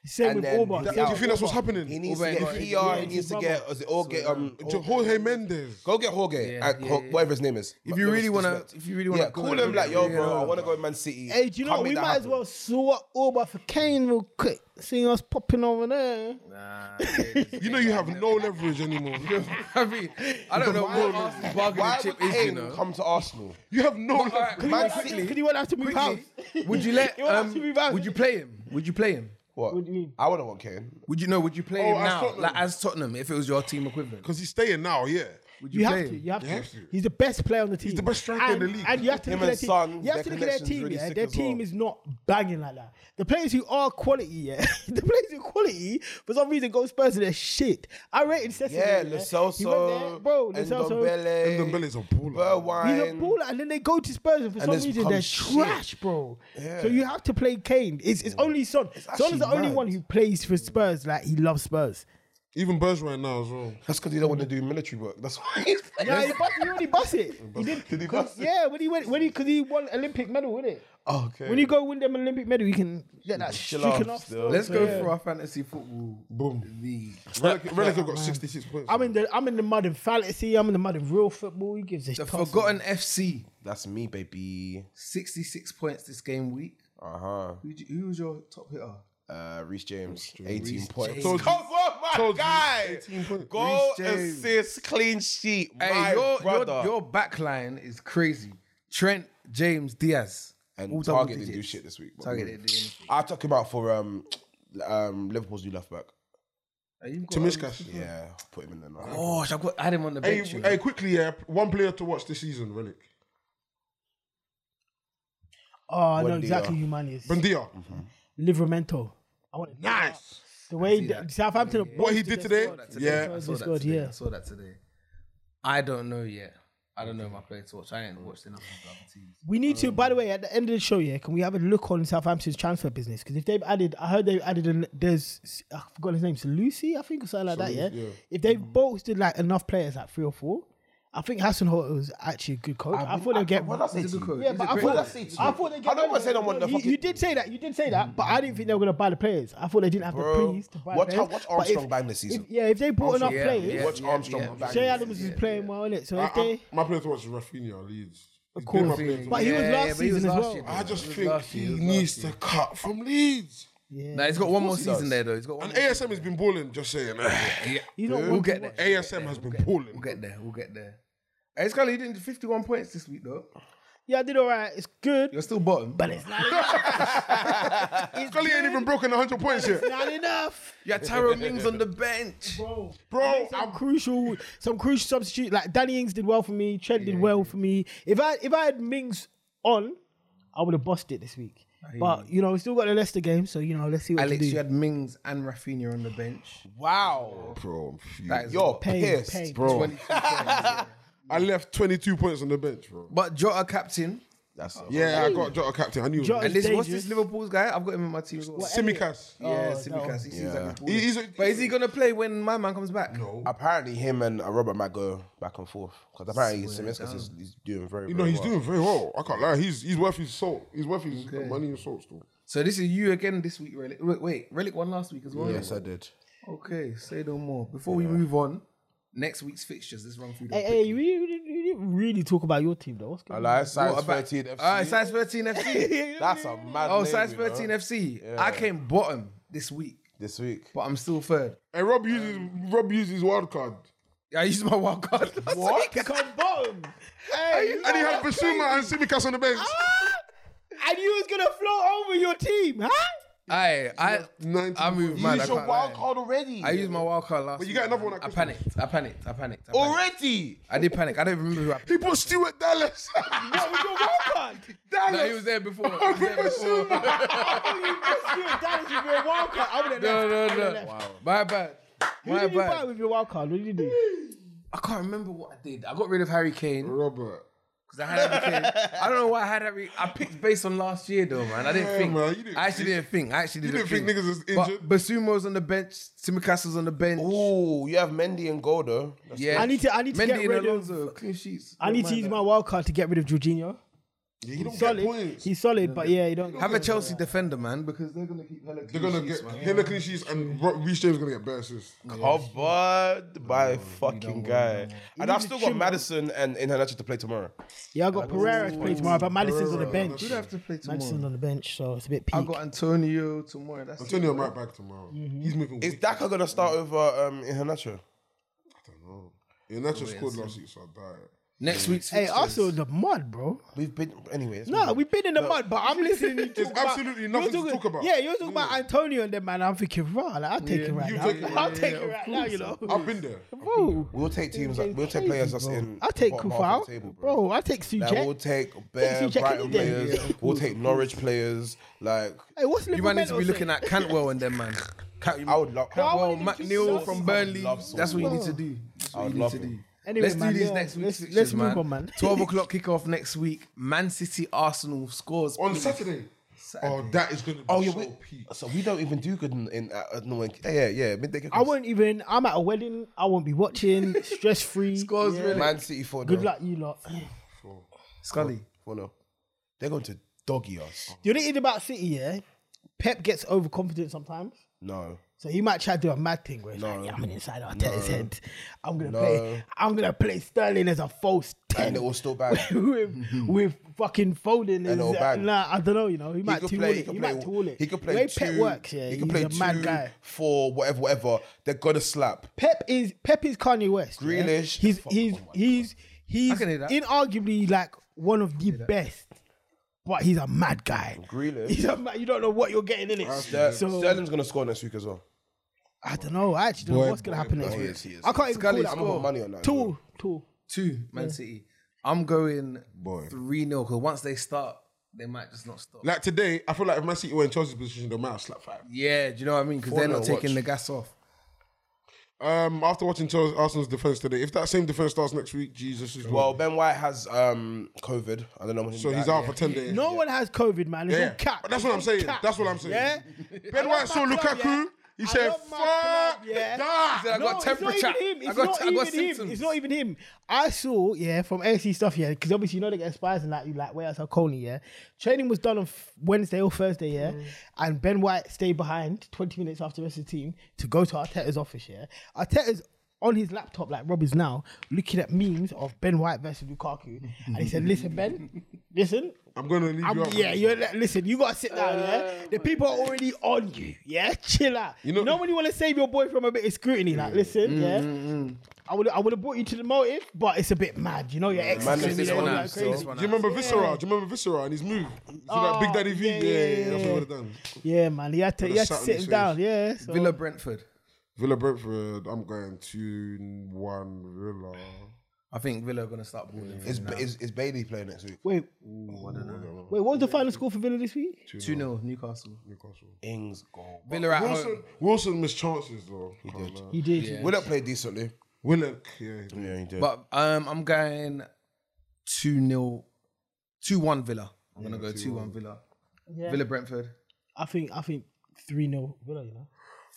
S2: Same
S3: And
S2: with
S3: then
S2: Orban.
S3: he's
S4: Do
S2: Same
S4: you
S2: with
S4: think that's what's
S2: Orban.
S4: happening?
S3: He needs
S1: Orban
S3: to
S1: got
S3: get
S1: an
S3: PR.
S1: agent.
S3: he needs to
S2: His
S3: get
S2: brother.
S3: was it all get um
S4: To Jorge Mendes.
S3: go get Jorge
S1: Yeah,
S3: and
S1: yeah,
S3: Ho-
S1: yeah.
S3: whatever his name is.
S1: If you really wanna- if you really wanna
S3: yeah,
S1: go
S3: call
S1: there,
S3: him like yo,
S1: yeah.
S3: bro. I want to go in Man City.
S2: Hey, do you know
S3: Can't
S2: what?
S3: make
S2: we might
S3: that
S2: as
S3: happen.
S2: well swap Orban for Kane real quick. Seeing us popping over there.
S1: Nah, yeah,
S4: You know you have no leverage anymore. You have,
S1: I mean, I don't know what Arsenal's bargaining
S3: Why
S1: chip
S3: would
S1: is, you
S3: Kane
S1: know.
S3: come to Arsenal?
S4: you have no
S1: all right,
S4: leverage.
S1: Man
S2: Because
S1: City-
S2: he won't have to move house.
S1: Would you let?
S2: He won't have
S1: Um,
S2: to move house.
S1: would you play him? Would you play him?
S3: What?
S2: What do you mean?
S3: I wouldn't want Kane.
S1: Would you know? Would you play him
S4: Oh, as
S1: now,
S4: Tottenham.
S1: like as Tottenham, if it was your team equivalent?
S4: Because he's staying now, yeah.
S1: Would
S2: You
S1: play
S2: have to.
S1: him?
S2: You have
S4: You
S2: to.
S4: have to.
S2: He's the best player on the team.
S4: the best striker
S2: And-
S4: in the league.
S2: And you have to
S3: Him
S2: look at their
S3: and
S2: team.
S3: Son,
S2: you have
S3: their
S2: to look at their
S3: connection's
S2: team.
S3: really
S2: yeah,
S3: sick
S2: their
S3: as
S2: team
S3: well.
S2: is not banging like that. The players who are quality, yeah, the players who are quality for some reason go Spurs to their shit. I rated Cesc.
S3: Yeah,
S2: He
S3: Lo
S2: went there,
S3: Celso,
S2: bro. Lo Celso.
S3: Ndombele,
S4: Ndombele's a baller.
S2: He's a
S3: Bergwijn.
S2: baller, and then they go to Spurs, and for some
S3: it's
S2: reason
S3: become
S2: they're
S3: shit.
S2: trash, bro. So you have to play Kane. It's, it's only Son. Son
S3: actually
S2: is the only
S3: mad.
S2: one who plays for Spurs. Like he loves Spurs.
S4: Even Bergeron now as well.
S3: That's because he don't want to do military work. That's why he's playing.
S2: Nah, he, bust, he already bust it. He did.
S3: Did he bust it?
S2: Yeah, when he went, when he, because he won Olympic medal, with it?
S3: Oh, okay.
S2: When you go win them Olympic medal, you can get that
S3: Chill
S2: stricken
S3: out
S2: off.
S3: still.
S1: Let's go
S2: Yeah.
S1: through our fantasy football
S4: Boom.
S1: league.
S4: Relic, Relic got 66 points.
S2: I'm in the I'm in the mud of fantasy. I'm in the mud of real football. He gives a
S1: The
S2: toss.
S1: Forgotten FC,
S3: That's me, baby.
S1: sixty-six points this game week.
S3: Uh-huh.
S1: Who, d- who was your top hitter?
S3: Uh Reese James, 18
S1: Reece
S3: points.
S1: James.
S3: Come on, my
S4: Told you.
S3: guy.
S4: 18 points.
S3: Goal,
S1: Reece James.
S3: assist, clean sheet. my
S1: Hey, your,
S3: brother.
S1: your your back line is crazy. Trent, James, Diaz,
S3: and
S1: all double
S3: Target didn't do
S1: digits.
S3: shit this week. bro.
S1: Target didn't do anything.
S3: I took him out for um, um Liverpool's new left back.
S1: Hey, you've got- um,
S4: Tamiskas.
S3: Yeah, put him in there. now.
S1: Gosh, I, got, I had him on the
S4: Hey,
S1: bench. you know.
S4: hey, quickly, yeah. One player to watch this season, Relic.
S2: Oh, I know
S3: Buendia.
S2: exactly who man is.
S4: Bandia.
S2: Livramento. I want to
S4: Nice.
S2: The way
S1: see
S2: the,
S1: that.
S2: Southampton.
S4: What he did today?
S1: saw that today.
S4: Yeah.
S1: I
S2: Towards
S1: saw
S2: this
S1: that
S2: squad,
S1: today.
S2: yeah.
S1: I saw that today. I don't know yet. I don't know my player to watch. I ain't watched enough of the other teams.
S2: We need to,
S3: Um,
S2: by the way, at the end of the show, yeah, can we have a look on Southampton's transfer business? Because if they've added, I heard they've added, an, there's, I forgot his name, Lucy, I think, or something like that, yeah? If they've bolstered like enough players, like three or four, I think Hassan Holt was actually a good coach. I, thought they'd get.
S3: What did I say
S1: He's
S3: to
S1: a good
S3: you?
S1: coach.
S2: Yeah,
S1: He's
S2: but
S1: a
S2: I
S1: great
S2: thought,
S3: What
S1: coach.
S3: did I say to you?
S2: I thought they
S3: I don't want to say no one. The
S2: you,
S3: fucking,
S2: you did say that. You did say that, but I didn't think they were going to buy the players. I thought they didn't have the
S3: Bro,
S2: please to buy
S3: watch
S2: the
S3: how-
S2: players.
S3: watch
S2: But if-
S3: Armstrong bang this season.
S2: if- yeah, if they bought enough
S1: Yeah, yeah,
S2: players,
S3: Watch
S1: yeah,
S3: Armstrong
S1: yeah,
S3: back.
S1: yeah,
S2: Shay Adams
S1: yeah,
S2: is playing well, innit?
S3: Uh-uh.
S2: So
S4: I,
S2: if
S4: I,
S2: they,
S4: my player to watch is Rafinha Leeds. He's
S2: course.
S4: been my player to
S2: But he
S4: watch.
S2: was
S1: Yeah,
S2: last
S1: yeah, but he was
S2: season as
S1: last
S2: well.
S1: year, though.
S4: I just
S1: He was
S4: think
S1: last year,
S4: he
S1: was last
S4: needs
S1: year.
S4: to cut from Leeds.
S1: Nah, he's got one more season
S3: does.
S1: there though. He's got one.
S4: And
S1: more-
S4: ASM has been balling, just saying.
S1: Yeah.
S2: He's not
S1: We'll
S2: one to
S1: get there.
S4: ASM has been
S1: We'll
S4: balling.
S1: get there. We'll get there. Hey, Scully, you did 51 points this week though.
S2: yeah, I did all right. It's good.
S1: You're still bottom.
S2: But it's not enough.
S4: Scully ain't even broken 100 points yet.
S2: It's not enough,
S1: You had Tyrone Mings on the bench.
S2: bro.
S4: Bro,
S2: Some crucial, some crucial substitute. Like Danny Ings did well for me. Trent did well for me. If I if I had Mings on, I would have bossed it this week. But you know, we still got the Leicester game, so you know, let's see what
S1: Alex,
S2: we
S1: you
S2: do.
S1: had Mings and Rafinha on the bench.
S3: wow,
S4: Bro, I'm
S1: That is
S3: you're
S2: Pain,
S3: pissed.
S2: pain.
S4: Bro.
S1: 22 points, yeah.
S4: I left 22 points on the bench, bro.
S1: But Jota captain.
S3: That's
S4: Yeah, I got Jota captain. I knew
S2: Jota-
S4: him.
S1: And this what's
S2: Dangerous.
S1: this Liverpool's guy? I've got him in my team as well.
S4: Simicas.
S1: Yeah,
S2: Oh,
S1: Simicas. He seems
S3: Yeah.
S1: like a baller.
S4: He- he's a-
S1: But is he gonna play when my man comes back? No.
S3: Apparently, him and uh, Robert might go back and forth because apparently Semeska is he's doing very. very
S4: You know, he's
S3: well.
S4: doing very well. I can't lie. He's he's worth his salt. He's worth his money and salt still.
S1: So this is you again this week, Relic. Wait, wait Relic won last week as well.
S3: Yes, I did.
S1: Okay, say no more. Before we move on, next week's fixtures. Let's run through. them
S2: Hey, hey,
S1: quickly.
S2: you, you, didn't- you didn't really talk about your team though. What's
S3: I
S2: going on?
S3: like size
S1: What about-
S3: thirteen FC.
S1: All right, size thirteen FC.
S3: That's a mad.
S1: oh,
S3: name,
S1: size
S3: you know,
S1: thirteen FC. I came bottom this week,
S3: this week.
S1: but I'm still third.
S4: And Rob uses
S1: Um,
S4: Rob uses his wild card.
S1: I used my wild card. last
S3: What?
S1: week.
S2: Come bottom. Hey,
S4: And he had Basuma and Simicas on the bench.
S2: and you was gonna float over your team, huh?
S1: I I
S4: 90
S1: I moved
S4: points.
S1: mad. I
S3: Use your
S1: can't
S3: wild
S1: lie.
S3: card already.
S1: I used my wild card last.
S4: But you got
S1: week,
S4: another
S1: man.
S4: one at
S1: I
S4: Christmas.
S1: panicked. I panicked. I panicked. I panicked.
S3: already.
S1: I did panic. I don't remember who I
S4: He put Stuart Dallas.
S2: What was your wild card?
S4: Dallas.
S1: No, he was there before. He was there before.
S2: I thought you missed you. That is with your wild card. I would have
S1: No, no,
S2: left. I would've
S1: no.
S2: left.
S1: My bad.
S2: Who
S1: My
S2: did you buy
S1: bad.
S2: with your wild card? What did you do?
S1: I can't remember what I did. I got rid of Harry Kane
S4: Robert.
S1: because I had Harry Kane. I don't know why I had Harry. I picked based on last year though, man. I didn't
S4: Yeah,
S1: think.
S4: man, you didn't
S1: I actually didn't think. I actually didn't,
S4: didn't think niggas was injured?
S1: But Basumo's on the bench. Simicastle's on the bench.
S3: Ooh, you have Mendy and Gold though. That's-
S1: Yeah,
S2: I need to- I need to
S1: Mendy
S2: get
S1: and
S2: rid of-
S1: Alonso, clean sheets.
S2: I need to use my wild card to get rid of Jorginho.
S4: Yeah, you don't
S2: Solid.
S4: get points.
S2: He's solid, but yeah, you don't.
S1: Have a Chelsea defender, man, because they're gonna keep hella clean
S4: They're gonna
S1: sheets,
S4: get
S1: man.
S4: Hiller clean sheets and Ro- Reece James is gonna get better assists.
S3: Covered by a fucking guy. And I've
S2: need
S3: still
S2: to
S3: got
S2: trim-
S3: Madison and International to play tomorrow.
S2: Yeah, I got Pereira to play tomorrow, but Madison's on the bench.
S1: Who'd I have to play
S2: Madison's
S1: tomorrow?
S2: on the bench, so it's a bit
S1: I
S2: peak.
S1: got Antonio tomorrow. That's
S4: I'm telling you, I'm right back tomorrow. He's making.
S3: Is
S4: wicked-
S3: Daka gonna start over um, International?
S4: I don't know. Yeah, Nacho scored last week, so I die.
S1: next week's.
S2: Hey,
S1: fixtures.
S2: Arsenal in the mud, bro.
S3: We've been anyway. let's move
S2: No,
S3: on.
S2: we've been in the mud, but I'm listening. to you
S4: There's
S2: talk about-
S4: absolutely
S2: you're
S4: nothing to
S2: talking-
S4: talk about.
S2: Yeah, you're talking about Antonio and them, man. I'm thinking, right, like, I'll take it right
S4: you
S2: now.
S4: take it,
S2: I'll
S4: yeah,
S2: take
S1: yeah,
S2: it
S1: of
S2: right now, you know.
S4: I've been there.
S2: Bro,
S3: We'll take teams.
S2: They're
S3: Like, we'll take
S2: crazy,
S3: players that's
S2: bro.
S3: in.
S2: I'll take
S3: bottom half
S2: Kufal,
S3: of the table, bro.
S2: bro. I'll take
S3: Like, we'll
S2: Sujek.
S3: take Bear,
S2: Suchek any
S3: Brighton
S2: day.
S3: players.
S2: Yeah,
S3: we'll take Norwich players. Like
S2: Hey, what's
S1: You might need to be looking at Cantwell and them, man. Cant-
S3: I would love.
S2: Well,
S1: Cantwell,
S2: wouldn't
S1: Matt
S2: you
S1: Neal
S2: love
S1: from
S2: him?
S1: Burnley.
S3: I would love
S1: That's what you need to
S2: someone.
S1: do. That's
S3: I
S1: what
S3: would
S1: you need
S3: love
S1: to do.
S3: him.
S2: Anyway,
S1: let's do
S2: man,
S1: these
S2: yeah,
S1: next week.
S2: let's- let's move on, man.
S1: Twelve o'clock kickoff next week. Man City, Arsenal scores
S4: On Saturday. Oh, that is gonna be
S3: Oh yeah,
S4: so
S3: we,
S4: peak.
S3: so we don't even do good in, in uh, uh, no, in- yeah, yeah, yeah. Midday
S2: I
S3: kickoffs.
S2: won't even. I'm at a wedding. I won't be watching. Stress free.
S1: Scores really.
S3: Man City four.
S2: Good luck, you lot.
S1: Scully.
S3: Four no. They're going to doggy us.
S2: You know the thing about City, yeah? Pep gets overconfident sometimes.
S3: No.
S2: So he might try to do a mad thing where he's
S3: No.
S2: like, yeah, I'm an inside Arteta's head. I'm gonna
S3: No.
S2: play I'm gonna play Sterling as a false
S3: And
S2: ten
S3: it will still Mm-hmm. bad.
S2: with, with fucking folding his,
S3: it'll bang.
S2: nah, I don't know, you know. He, might tool it. He, might tool it.
S3: He could play
S2: the way
S3: two.
S2: Pep works, yeah.
S3: he
S2: he's
S3: could play
S2: a mad
S3: two,
S2: guy.
S3: four, whatever, whatever. They're gonna slap.
S2: Pep is Pep is Kanye West. yeah?
S3: Grealish.
S2: He's
S3: Fuck,
S2: he's
S3: oh my
S2: he's he's
S1: can hear that.
S2: inarguably like one of the best. But he's a mad guy.
S3: Grealish.
S2: He's a mad, you don't know what you're getting in it.
S3: Ster-
S2: So-
S3: Sterling's gonna score next week as well.
S2: I don't know. I actually don't know
S4: Boy,
S2: what's gonna
S4: boy,
S2: happen
S4: boy.
S2: next
S4: He
S2: week.
S3: is, he is.
S2: I can't even
S1: Scully
S2: call that.
S1: scored.
S2: ball.
S1: Four.
S3: Money on that. as well.
S2: Two, two.
S1: Two Man City. I'm going
S3: Boy.
S1: three 0 because once they start, they might just not stop.
S4: Like today, I feel like if Man City were in Chelsea's position, they might have slapped five.
S1: yeah, do you know what I mean? Because they're not
S3: 4-0, watch.
S1: taking the gas off.
S4: Um, after watching Chelsea, Arsenal's defense today, if that same defense starts next week, Jesus is
S3: Well, Ben White has um COVID. I don't know. when he's
S4: So he's
S3: back,
S4: out
S3: yeah.
S4: for ten days.
S2: No one has COVID, man. It's
S4: yeah.
S2: all cap.
S4: But that's
S2: It's
S4: what I'm
S2: all
S4: saying.
S2: cap.
S4: That's what I'm saying.
S2: Yeah. I love
S4: Ben White saw
S2: my club,
S4: Lukaku.
S2: yeah.
S4: He
S2: I
S4: said,
S2: love my
S4: "Fuck
S2: club, yeah."
S4: that."
S1: I got temperature.
S2: It's not even him.
S1: I
S2: It's
S1: got-
S2: not
S1: I got
S2: even him.
S1: symptoms.
S2: It's not even him. I saw, yeah, from AFC stuff, yeah, because obviously you know they get spies and like you like where's Coney, yeah. Training was done on f- Wednesday or Thursday, yeah,
S1: Mm.
S2: and Ben White stayed behind 20 minutes after the rest of the team to go to Arteta's office, yeah. Arteta's on his laptop, like Rob is now, looking at memes of Ben White versus Lukaku, and he said, "Listen, Ben, listen,
S4: I'm gonna leave
S2: I'm,
S4: you. out.
S2: yeah, you're, li- listen, you gotta sit down,
S3: Uh,
S2: yeah? The people are already on you, yeah? Chill out. You know,
S4: know-
S2: when you wanna save your boy from a bit of scrutiny, like, listen,
S3: Mm,
S2: yeah? I would I would have brought you to the motive, but it's a bit mad, you know, your ex
S3: Man,
S2: is
S3: this
S2: gonna be
S3: one
S2: like
S3: out, so-
S2: crazy.
S1: This one
S4: Do you
S1: out.
S4: remember Viscera? Do you remember Viscera and his move? So
S2: Oh,
S4: that Big Daddy V.
S2: yeah,
S4: Yeah,
S2: yeah,
S4: yeah, yeah. That's
S2: yeah.
S4: what would have done.
S2: Yeah, man, he had to, he had to
S4: sat on
S2: sit
S4: his
S2: him down, yeah. So.
S1: Villa Brentford.
S4: Villa Brentford. I'm going two one Villa.
S1: I think Villa are gonna start balling.
S3: Is, is is Bailey playing next week?
S2: Wait, wait, what was the final score for Villa this week?
S1: Two 0 Newcastle.
S4: Newcastle.
S3: Ings goal.
S1: Villa at home.
S4: Wilson, Wilson missed chances though.
S2: He
S4: He
S2: did.
S3: Willock played decently.
S4: Willock, yeah, he did.
S3: Yeah, he did.
S1: But um, I'm going two 0 two one Villa. I'm gonna go two one Villa.
S2: Yeah.
S1: Villa Brentford.
S2: I think I think three 0 Villa, you know.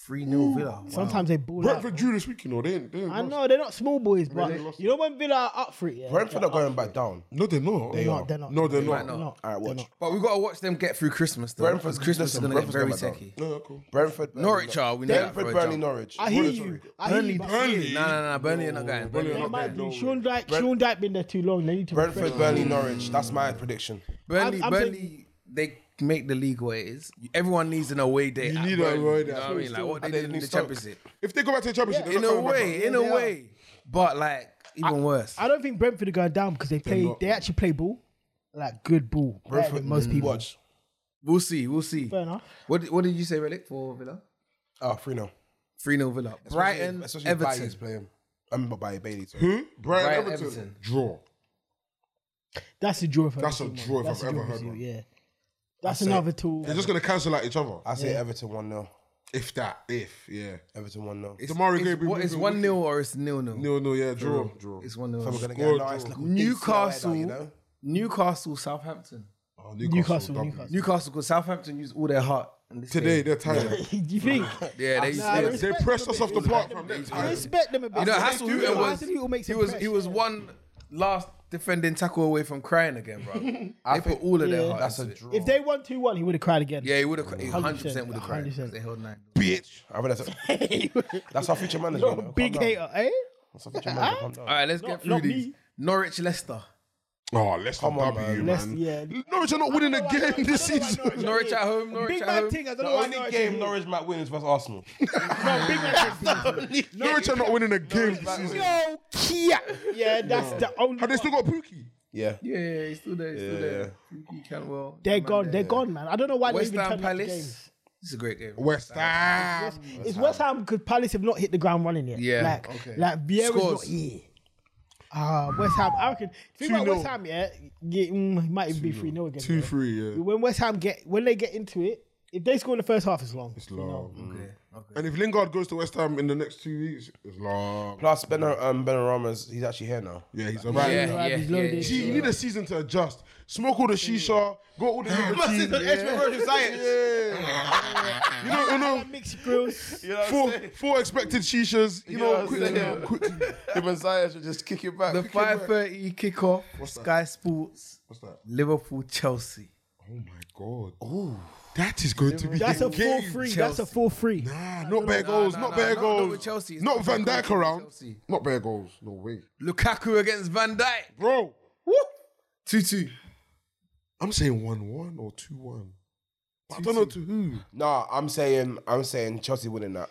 S1: Three 0 Villa.
S2: Sometimes they ball out.
S4: Brentford drew this week, you know. They ain't. They ain't
S2: I
S4: lost.
S2: know they're not small boys, but
S4: Really?
S2: you know when Villa are up for it, yeah.
S3: Brentford are going back down.
S4: No, they're not.
S2: they're not, they're not.
S4: No, they're
S1: might not.
S4: not.
S2: not.
S3: All right,
S2: They're
S3: watch.
S2: not.
S1: But we've got to watch them get through Christmas. Though,
S3: Brentford's-
S1: because Christmas is
S3: listen,
S1: going to get very
S3: Brentford's gonna
S1: techie.
S4: No, cool.
S3: Brentford.
S1: Norwich are we know that for
S3: Brentford,
S1: a
S3: Burnley,
S1: jump.
S3: Norwich.
S2: I hear you. I hear
S1: Burnley,
S2: you. but-
S1: Burnley. No, no, no, Burnley are not going. Burnley,
S4: Burnley
S1: are
S4: are
S1: not
S4: not
S1: going.
S4: going.
S2: Imagine
S4: no
S2: Sean Dyke. Sean Dyke been there too long. They need to
S3: Brentford, Burnley, Norwich. That's my prediction.
S1: Burnley,
S2: I'm- I'm
S1: Burnley, they make the league what it is. Everyone needs an away day.
S4: You
S1: at
S4: need an
S1: Burnley,
S4: away
S1: You
S4: day.
S1: know what I mean? Like what they
S3: they
S1: did in
S3: need
S1: the
S3: Stoke.
S1: championship.
S4: If they go back to the championship, they're
S1: In
S4: not
S1: a
S4: coming back
S1: way,
S4: up.
S1: in a way. But like even worse.
S2: I don't think Brentford are going down because they play.
S4: not.
S2: They actually play ball, like good ball. better than most people.
S3: Watch.
S1: We'll see. We'll see.
S2: Fair enough.
S1: What What did you say, Relic, for Villa?
S3: Oh, 3 0.
S1: 3 0 Villa. Brighton,
S3: especially if
S1: Everton.
S3: Bailey's playing. I remember Bailey. Bailey sorry.
S4: Who? Brian,
S1: Brighton
S4: Everton.
S1: Everton.
S4: Draw.
S2: That's a draw. For
S4: That's
S2: Everton,
S4: a
S2: man.
S4: draw if
S2: That's
S4: I've
S2: a
S4: ever
S2: draw
S4: heard
S2: for you,
S4: one.
S2: Yeah. That's
S3: say-
S2: another tool.
S4: They're just gonna cancel out each other.
S3: I say Everton 1 0.
S4: If that, if yeah,
S3: Everton one 0
S4: Tomorrow
S1: it's,
S4: Gabriel
S1: what- it's
S4: moving
S1: one 0 or it's nil nil.
S4: no, no, yeah, draw, draw.
S1: It's one 0
S3: We're gonna get a nice
S4: Score draw.
S3: little decent
S1: Newcastle,
S3: away now, you know?
S1: Newcastle, Southampton.
S4: Oh,
S2: Newcastle,
S4: double.
S2: Newcastle.
S1: Newcastle because Southampton used all their heart in this
S4: Today
S1: game.
S4: they're tired.
S2: you think?
S1: Yeah, they,
S2: Nah,
S1: they-
S2: respect
S4: they
S2: them
S4: pressed
S2: a
S4: us
S2: bit.
S4: off the park from them.
S2: I respect them a bit.
S1: you know
S2: They do,
S1: Hasselhütter
S2: though.
S1: was
S2: Hasselhütter makes
S1: he
S2: a
S1: was
S2: press,
S1: he was
S2: yeah.
S1: one last defending tackle away from crying again, bro. they put all of their heart.
S3: That's a
S1: into it.
S3: draw.
S2: If they won two one, he would have cried again.
S1: Yeah, he would have. Hundred percent
S2: 100%,
S1: would have cried.
S2: 100%.
S1: They held nine.
S3: bitch, I read that. That's our future manager. you know? Calm
S2: Big
S3: down.
S2: hater, eh?
S3: That's our future manager. Calm down.
S1: All right, let's get
S2: Not-
S1: through
S2: not
S1: these.
S2: me.
S1: Norwich, Leicester.
S4: Oh, Leicester
S3: Come on,
S4: W,
S3: man.
S4: man.
S2: Leicester, yeah.
S4: Norwich are not winning
S2: I
S4: a
S2: don't know why- I
S4: game
S2: don't
S4: this
S2: know why
S4: season.
S2: Norwich-
S1: Norwich at home. Norwich
S2: Big
S1: at
S2: man
S1: home.
S2: thing. I don't
S3: The
S2: know why
S3: only
S2: Norwich
S3: game
S2: is-
S3: Norwich might win is versus Arsenal.
S2: No, big man thing.
S4: Norwich are not winning a game this
S3: back
S4: season.
S3: with-
S2: Yo, Kia. Yeah, that's the only.
S4: Have they still
S2: one.
S4: got Pookie?
S3: Yeah.
S1: Yeah, yeah, he's still there. He's still
S3: Yeah,
S1: there. He can well. That
S2: They're
S1: man
S2: gone.
S1: there.
S2: They're gone, man. I don't know why
S1: West
S2: they even
S1: Ham
S2: turned up the
S1: Palace.
S2: games.
S1: This is a great game.
S4: West Ham.
S2: It's West Ham because Palace have not hit the ground running yet.
S1: Yeah,
S2: like
S1: okay.
S2: like Vieira's
S1: Scores.
S2: not here. Ah, West Ham. I reckon. The thing about
S4: 2-0.
S2: West Ham, yeah, yeah mm, might even be three 0 again.
S4: Two,
S2: yeah.
S4: three, yeah.
S2: When West Ham get when they get into it, if they score in the first half, it's long.
S4: It's long.
S1: Okay, okay.
S4: And if Lingard goes to West Ham in the next two weeks, it's long.
S3: Plus, Ben, um, ben Ramos, he's actually here now.
S4: Yeah, he's alright.
S1: Yeah,
S4: now.
S1: yeah,
S2: He's
S1: yeah,
S2: loaded.
S1: yeah.
S4: See, you need a season to adjust. Smoke all the shisha, go all the libertine. Yeah. You know, you know,
S2: Mixed grills.
S3: You know what
S4: four, four expected shishas. You,
S3: You know
S4: know,
S3: what
S4: quick,
S3: I'm
S4: you know,
S3: saying?
S4: quick.
S3: Him and Zayas should just kick it back.
S1: The five thirty kickoff.
S4: that?
S1: Sky Sports.
S4: What's that?
S1: Liverpool, Chelsea.
S4: Oh my god. Ooh, that is going to be
S2: That's a four
S4: game.
S2: three.
S1: Chelsea.
S2: That's a four three.
S4: Nah, not bare goals.
S1: nah,
S4: Not
S1: nah, not-
S4: bare
S1: not
S4: goals.
S1: with Chelsea, it's
S4: Not
S1: not
S4: Van
S1: bare
S4: Dijk
S1: goals with
S4: around.
S1: Chelsea.
S4: Not bare goals. No way,
S1: Lukaku against Van Dijk.
S4: bro.
S1: Two two.
S4: I'm saying one one or two one. I don't know to who.
S3: Nah, I'm saying, I'm saying Chelsea winning that.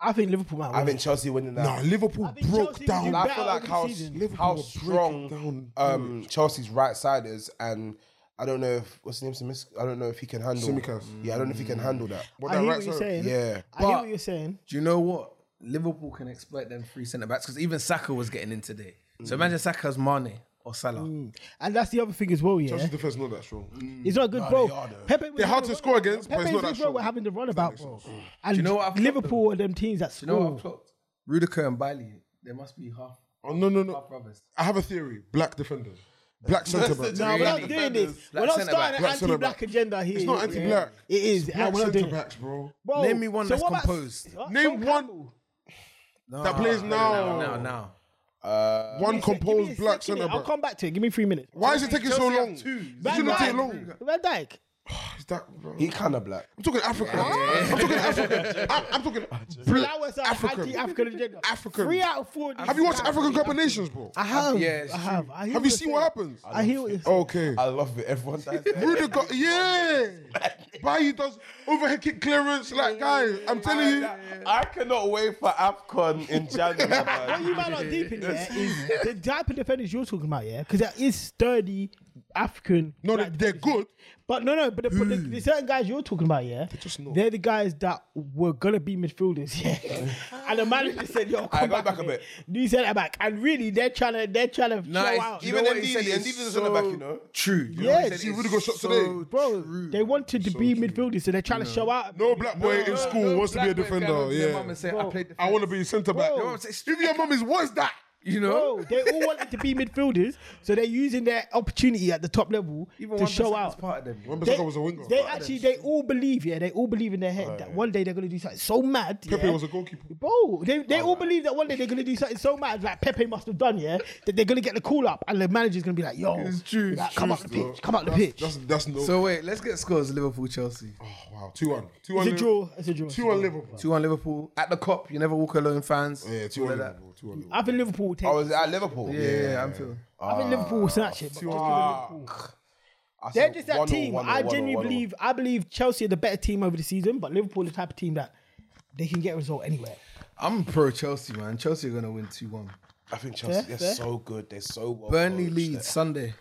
S2: I think Liverpool might.
S3: I
S2: win.
S3: think Chelsea winning that.
S4: Nah, Liverpool
S2: think
S4: broke
S2: Chelsea
S4: down.
S2: would
S3: And
S2: do
S3: I
S2: better
S3: feel like
S2: this
S3: how,
S2: season.
S3: how
S4: Liverpool will break
S3: strong
S4: down
S3: um, Chelsea's right side is, and I don't know if what's his name. Simis- I don't know if he can handle.
S4: Tsimikas.
S3: Yeah, I don't know if he can handle that.
S4: What
S2: I
S4: that
S2: hear
S4: right
S2: what you're
S4: side-
S2: saying. I
S3: Yeah,
S2: hear
S1: But-
S2: what you're saying.
S1: Do you know what? Liverpool can exploit them three centre backs because even Saka was getting in today. So imagine Saka's Mane or Salah.
S2: And that's the other thing as well, yeah. Mm.
S4: Chelsea's defense not that strong.
S2: It's not good, bro.
S3: they are, though.
S2: Pepe was
S4: They're hard
S2: having
S4: to
S2: a
S4: score
S2: run-
S4: against, but it's
S2: Pepe
S4: not
S2: and
S4: that
S2: Zico
S4: strong.
S2: were having the runabout, bro. And
S1: you know what I've clocked
S2: Liverpool are them teams that
S1: Do you know what
S2: score.
S1: I've clocked? Rudiker and Bailey. They must be half
S4: Oh no no
S1: half
S4: no!
S1: brothers.
S4: I have a theory. Black defenders, black centre backs.
S2: No, we're not
S1: Really?
S2: doing this.
S1: Black
S2: we're not
S1: centre
S2: starting
S1: back.
S2: an
S4: Black centre
S2: anti-black
S4: back.
S2: agenda here.
S4: It's not anti-black.
S2: Yeah. It is.
S4: Black
S2: and we're not
S4: centre
S2: doing it.
S4: backs, bro.
S2: Bro,
S1: Name me one that's
S2: what about-
S1: composed.
S2: Huh?
S4: Name
S2: Tom
S4: one-
S2: Campbell. Ah,
S4: That plays now.
S1: Now, now.
S3: uh,
S2: Give
S4: One
S2: me a
S4: composed
S2: second
S4: black
S2: here.
S4: centre
S2: I'll
S4: back.
S2: come back to it. Give me three minutes.
S4: Why is it taking so
S1: Chelsea have
S4: long? It
S1: two.
S4: shouldn't take long.
S2: Van Dijk.
S4: Is that, bro?
S3: he kind of black.
S4: I'm talking Africa. I'm talking Africa. I'm, I'm talking
S2: Flowers are
S4: African.
S2: anti-African agenda.
S4: African.
S2: Three out of four.
S4: Have you watched African Cup of Nations, bro?
S2: I have.
S1: Yeah, it's
S2: I
S1: true.
S2: have. I hear
S4: Have you
S2: you're
S4: seen what Oh.
S2: saying.
S4: happens?
S2: I hear what you're saying.
S4: Okay.
S3: I love it. Everyone says that.
S4: Rudiger, yeah. Bayi does overhead kick clearance, like guys. I'm telling you,
S3: I cannot wait for Afcon in January.
S2: What
S3: man.
S2: you might not deep in there is the type of defenders you're talking about, yeah? Because there is sturdy African.
S4: no,
S2: black
S4: they're
S2: defenders.
S4: good.
S2: But no, no, but, the, but the, the certain guys you're talking about, yeah? They're
S4: just not.
S2: They're the guys that were going to be midfielders, yeah? and the manager said, yo, come
S3: go
S2: back,
S3: back a
S2: a
S3: bit.
S2: bit. You said that back. And really, they're trying to, they're trying to
S1: Nah,
S2: show
S1: it's-
S2: out.
S1: you know
S3: Even
S1: what he
S3: Ndidi-
S1: said is
S3: Ndidi is on the back, you know?
S1: True. You know
S2: Yeah,
S1: what he said
S2: see,
S1: is
S4: Rudiger shot
S1: so
S4: today.
S2: Bro,
S1: true.
S2: they wanted to be midfielders, so they're trying to show out.
S4: No black boy in
S1: No,
S4: school
S1: no
S4: wants to be a
S1: black boy can go
S4: defender.
S1: to their mum
S4: Yeah,
S1: and say, Oh. I
S2: Bro.
S1: played defence.
S4: I want to be centre back.
S2: Bro.
S1: You know what I'm
S4: If
S1: saying?
S4: your mum is, what's that?
S1: You
S2: Bro,
S1: know?
S2: they all wanted to be midfielders, so they're using their opportunity at the top level
S1: Even
S2: to
S1: one
S2: show out.
S1: part of them.
S4: Remember,
S2: They,
S4: Saka was a winger.
S2: they actually, they all believe, yeah, they all believe in their head that one day they're gonna do something so mad.
S4: Pepe
S2: yeah.
S4: was a goalkeeper.
S2: Bro, they,
S4: Oh,
S2: they all believe that one day they're gonna do something so mad like Pepe must have done, yeah, that they're gonna get the call up and the manager's gonna be like, yo,
S1: It's true,
S2: like,
S1: it's
S2: come
S4: true
S2: out the
S4: still.
S2: pitch, come out the
S4: That's,
S2: pitch.
S4: that's that's no.
S1: So wait, let's get scores. Liverpool, Chelsea.
S4: oh, wow, two one, two one,
S2: it's a draw, it's a draw.
S4: two one Liverpool.
S1: Two on Liverpool at the cop. You never walk alone, fans.
S4: Yeah, two
S1: All
S4: one
S1: of that.
S4: Liverpool, two one Liverpool.
S2: I think Liverpool will take
S3: I was at Liverpool.
S1: Yeah, yeah, yeah, I'm feeling.
S2: I think Liverpool will snatch
S4: Oh,
S2: it.
S3: I
S2: They're
S3: said
S2: just that
S3: 1-0,
S2: team.
S3: 1-0,
S2: I
S3: 1-0,
S2: genuinely
S3: 1-0.
S2: believe I believe Chelsea are the better team over the season, but Liverpool are the type of team that they can get a result anywhere.
S1: I'm pro Chelsea, man. Chelsea are gonna win two one.
S4: Oh,
S3: I think Chelsea.
S2: Fair,
S3: They're
S2: fair.
S3: so good. They're so well.
S1: Burnley
S3: coached.
S1: leads Sunday.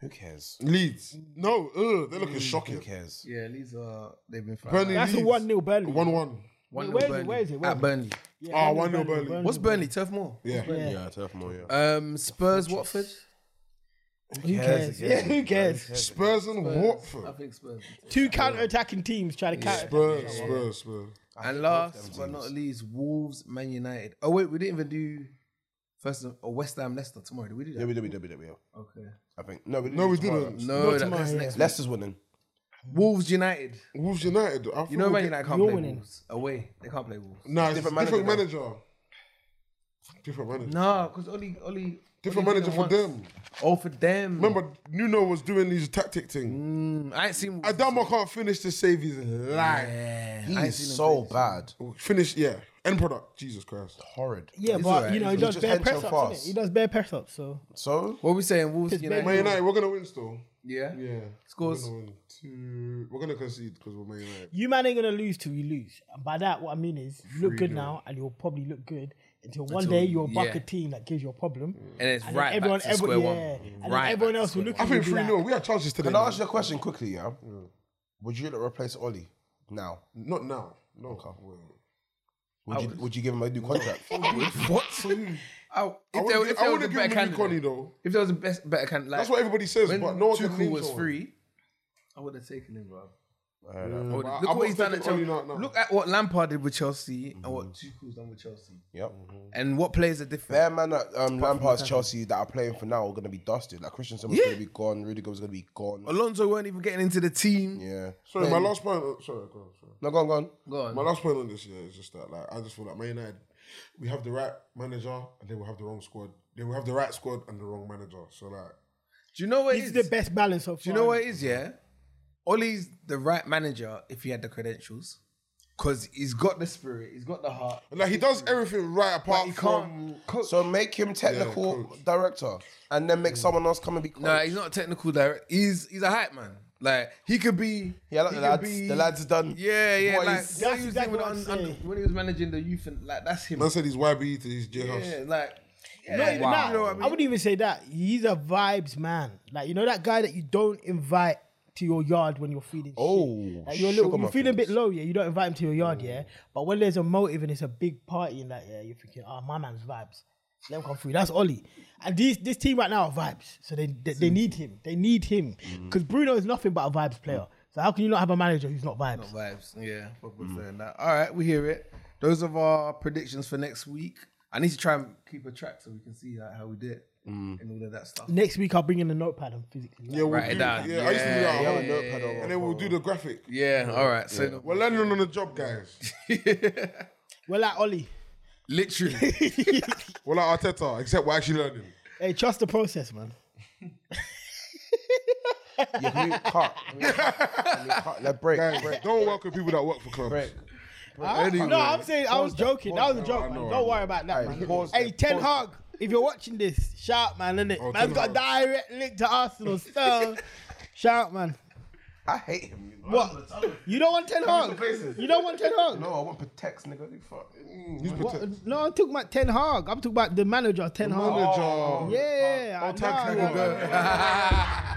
S3: Who cares?
S4: Leeds, no, ugh, they're
S1: Mm,
S4: looking
S3: Who
S4: shocking.
S3: cares?
S1: Yeah, Leeds are they've been fine.
S4: Burnley,
S2: That's a
S4: Leeds,
S2: 1-0 Burnley.
S4: One one.
S1: One
S2: Where is it?
S1: Burnley.
S2: Where is it? Where is
S1: At
S2: it?
S1: Burnley.
S2: Yeah,
S4: Ah, 1-0 Burnley.
S1: What's Burnley? Turf Moor.
S4: Yeah.
S2: Yeah.
S3: Turf Moor. Yeah.
S1: Um, Spurs, Watford.
S2: Who cares?
S5: again,
S2: Yeah, who
S5: man?
S2: cares?
S4: Spurs and
S1: I
S4: Watford.
S1: think Spurs.
S2: Two counter-attacking teams trying to counter.
S4: Spurs, Spurs, Spurs.
S1: And last but not least, Wolves, Man United. Oh wait, we didn't even do first of, or West Ham, Leicester tomorrow. Did we do that?
S3: WWE.
S1: Okay.
S3: I think. No, we
S4: No, we
S3: tomorrow.
S4: didn't.
S1: No, that,
S2: tomorrow,
S1: that's
S2: yeah.
S1: next. week.
S3: Leicester's winning.
S1: Wolves United.
S4: Wolves United. I
S1: You know Man United can't
S2: you're
S1: play
S2: winning.
S1: Wolves away. They can't play Wolves.
S4: Nah, it's
S3: Different
S4: different, different
S3: manager
S4: manager. Different manager.
S1: No, because Oli, Oli,
S4: Different
S1: Oli did
S4: manager
S1: it
S4: for
S1: once.
S4: them.
S1: Oh, for them.
S4: Remember, Nuno was doing his tactic thing.
S1: Mm, I ain't seen. Wolves.
S4: Adama can't finish to save his life.
S1: Yeah,
S3: He
S1: I ain't seen
S3: is
S1: him
S3: so
S1: play.
S3: bad.
S4: Finish, yeah. End product. Jesus Christ.
S3: Horrid.
S2: Yeah,
S1: He's
S2: but
S1: alright,
S2: you know he
S1: he's
S2: does
S3: just
S2: bare
S3: hench
S2: press
S3: and
S2: ups.
S3: fast.
S2: innit? He does bare press ups. So
S3: So
S1: What are we saying? Wolves
S2: His
S1: United.
S4: Man United, we're gonna win still.
S1: Yeah.
S4: Yeah.
S1: Scores.
S4: We're gonna, win two. we're gonna concede because we're Man United.
S2: you man ain't gonna lose till you lose. And by that, what I mean is you look
S4: Free
S2: good
S4: draw.
S2: now, and you'll probably look good until one day you're a bucket
S1: yeah.
S2: team that gives you a problem.
S1: And it's
S2: And then
S1: right
S2: everyone,
S1: back to square
S2: everyone,
S1: one.
S2: yeah. And
S1: Right
S2: then everyone
S1: back
S2: else
S1: to square
S2: will look.
S4: I
S2: at you
S4: think
S2: and be
S4: 3
S2: like,
S4: 0. We had chances today.
S3: Can I ask
S4: man.
S3: you a question quickly, yeah? Would you replace Oli now?
S4: Not now. No. Well,
S3: Would you, would you give him a new contract?
S1: what? Oh,
S4: I
S1: if there, if
S4: wouldn't give-
S1: there
S4: I
S1: was a better
S4: wouldn't give him Connie
S1: candidate,
S4: though.
S1: if there was a best better candidate, like,
S4: That's what everybody says,
S1: when
S4: but no one
S1: Tuchel
S4: can
S1: was
S4: free.
S1: free, I would have taken him, bro.
S4: Yeah,
S1: Look at
S4: but I'm
S1: what
S4: not
S1: he's done at
S4: taking Oli
S1: Chelsea.
S4: Knight now.
S1: Look at what Lampard did with Chelsea and what Tuchel's done with Chelsea,
S3: yep.
S1: and what players are different.
S3: Their man at um, Lampard's Chelsea that are playing for now are going to be dusted. Like Christiansen was going to be gone. Rudiger was going to be gone.
S1: Alonso weren't even getting into the team.
S3: Yeah.
S4: Sorry, my last point. oh, Sorry, go on, sorry.
S3: No, go on, go on.
S1: Go on.
S4: My last point on this year is just that, like, I just feel like Man United, we have the right manager and they will have the wrong squad. They will have the right squad and the wrong manager. So like,
S1: Do you know what it
S2: This
S1: is?
S2: is the best balance of.
S1: Do you know what it is? Yeah, Ollie's the right manager if he had the credentials, because he's got the spirit, he's got the heart.
S4: like he does everything right apart
S1: He
S4: from.
S1: can't. coach.
S3: So make him technical
S4: coach.
S3: director and then make someone else come and be coach.
S1: no, he's not a technical director. He's he's a hype man. Like he could be.
S3: yeah, look,
S1: he
S3: the
S1: could
S3: lads,
S1: be-
S3: the lads are done.
S1: Yeah, yeah.
S3: Boys.
S1: Like
S3: That's
S1: what he was doing
S2: exactly
S1: with
S2: what I'm
S1: the un- un-
S2: saying.
S1: when he was managing the youth, and like that's him.
S4: Man said he's YB to his J House.
S1: yeah, like. Yeah,
S2: Not even that.
S1: You know what I
S2: I
S1: mean?
S2: wouldn't even say that. He's a vibes man. Like you know that guy that you don't invite to your yard when you're feeling.
S3: Oh,
S2: shit. Like, you're, a
S3: sugar
S2: little, you're feeling a
S3: muffins.
S2: bit low. Yeah, you don't invite him to your yard.
S1: Mm.
S2: Yeah, but when there's a motive and it's a big party and that, yeah, you're thinking, oh, my man's vibes. Let him come through. That's Ollie. And these, this team right now are vibes. So they they,
S1: Mm.
S2: they need him. They need him because Bruno is nothing but a vibes
S1: Mm.
S2: player. So how can you not have a manager who's not vibes?
S1: Vibes. Yeah, what we're saying that. All right, we hear it. Those are our predictions for next week. I need to try and keep a track so we can see like, how we did and all of that stuff.
S2: Next week I'll bring in a notepad and physically.
S4: Yeah, we'll
S1: Write it
S4: do,
S1: down.
S4: Yeah, I used to
S1: Yeah,
S4: do that. at
S1: yeah,
S4: home.
S1: yeah,
S4: And then we'll do the graphic.
S1: Yeah, all right. So
S4: We're learning on the job, guys.
S2: Well, like Ollie.
S1: literally,
S4: We're like Arteta, except we're actually learning.
S2: Hey, trust the process, man.
S3: Yeah, can we cut? Can we cut? Can we cut? Like, break,
S4: Guys,
S3: break,
S4: don't work with people that work for clubs.
S3: break.
S2: I-
S4: Anyway.
S2: No, I'm saying I was joking. That was a
S4: I
S2: joke,
S4: know,
S2: man.
S4: I know.
S2: Don't worry about that,
S3: Hey,
S2: man.
S3: pause
S2: Hey,
S3: there,
S2: Ten Hag,
S3: pause.
S2: if you're watching this, shout, man, innit?
S4: Oh,
S2: Man's
S4: Ten
S2: got a direct link to Arsenal still. shout, man.
S3: I hate him. You know.
S2: What? You don't want Ten Hag? You don't want Ten Hag?
S3: No, I want protects, nigga. You fuck.
S4: Who's protect-
S2: What? No, I'm talking about Ten Hag.
S1: Oh,
S2: I'm talking about the manager, Ten Hag.
S4: Manager.
S2: Yeah, I know,
S4: thanks,
S2: I
S4: nigga.
S2: know.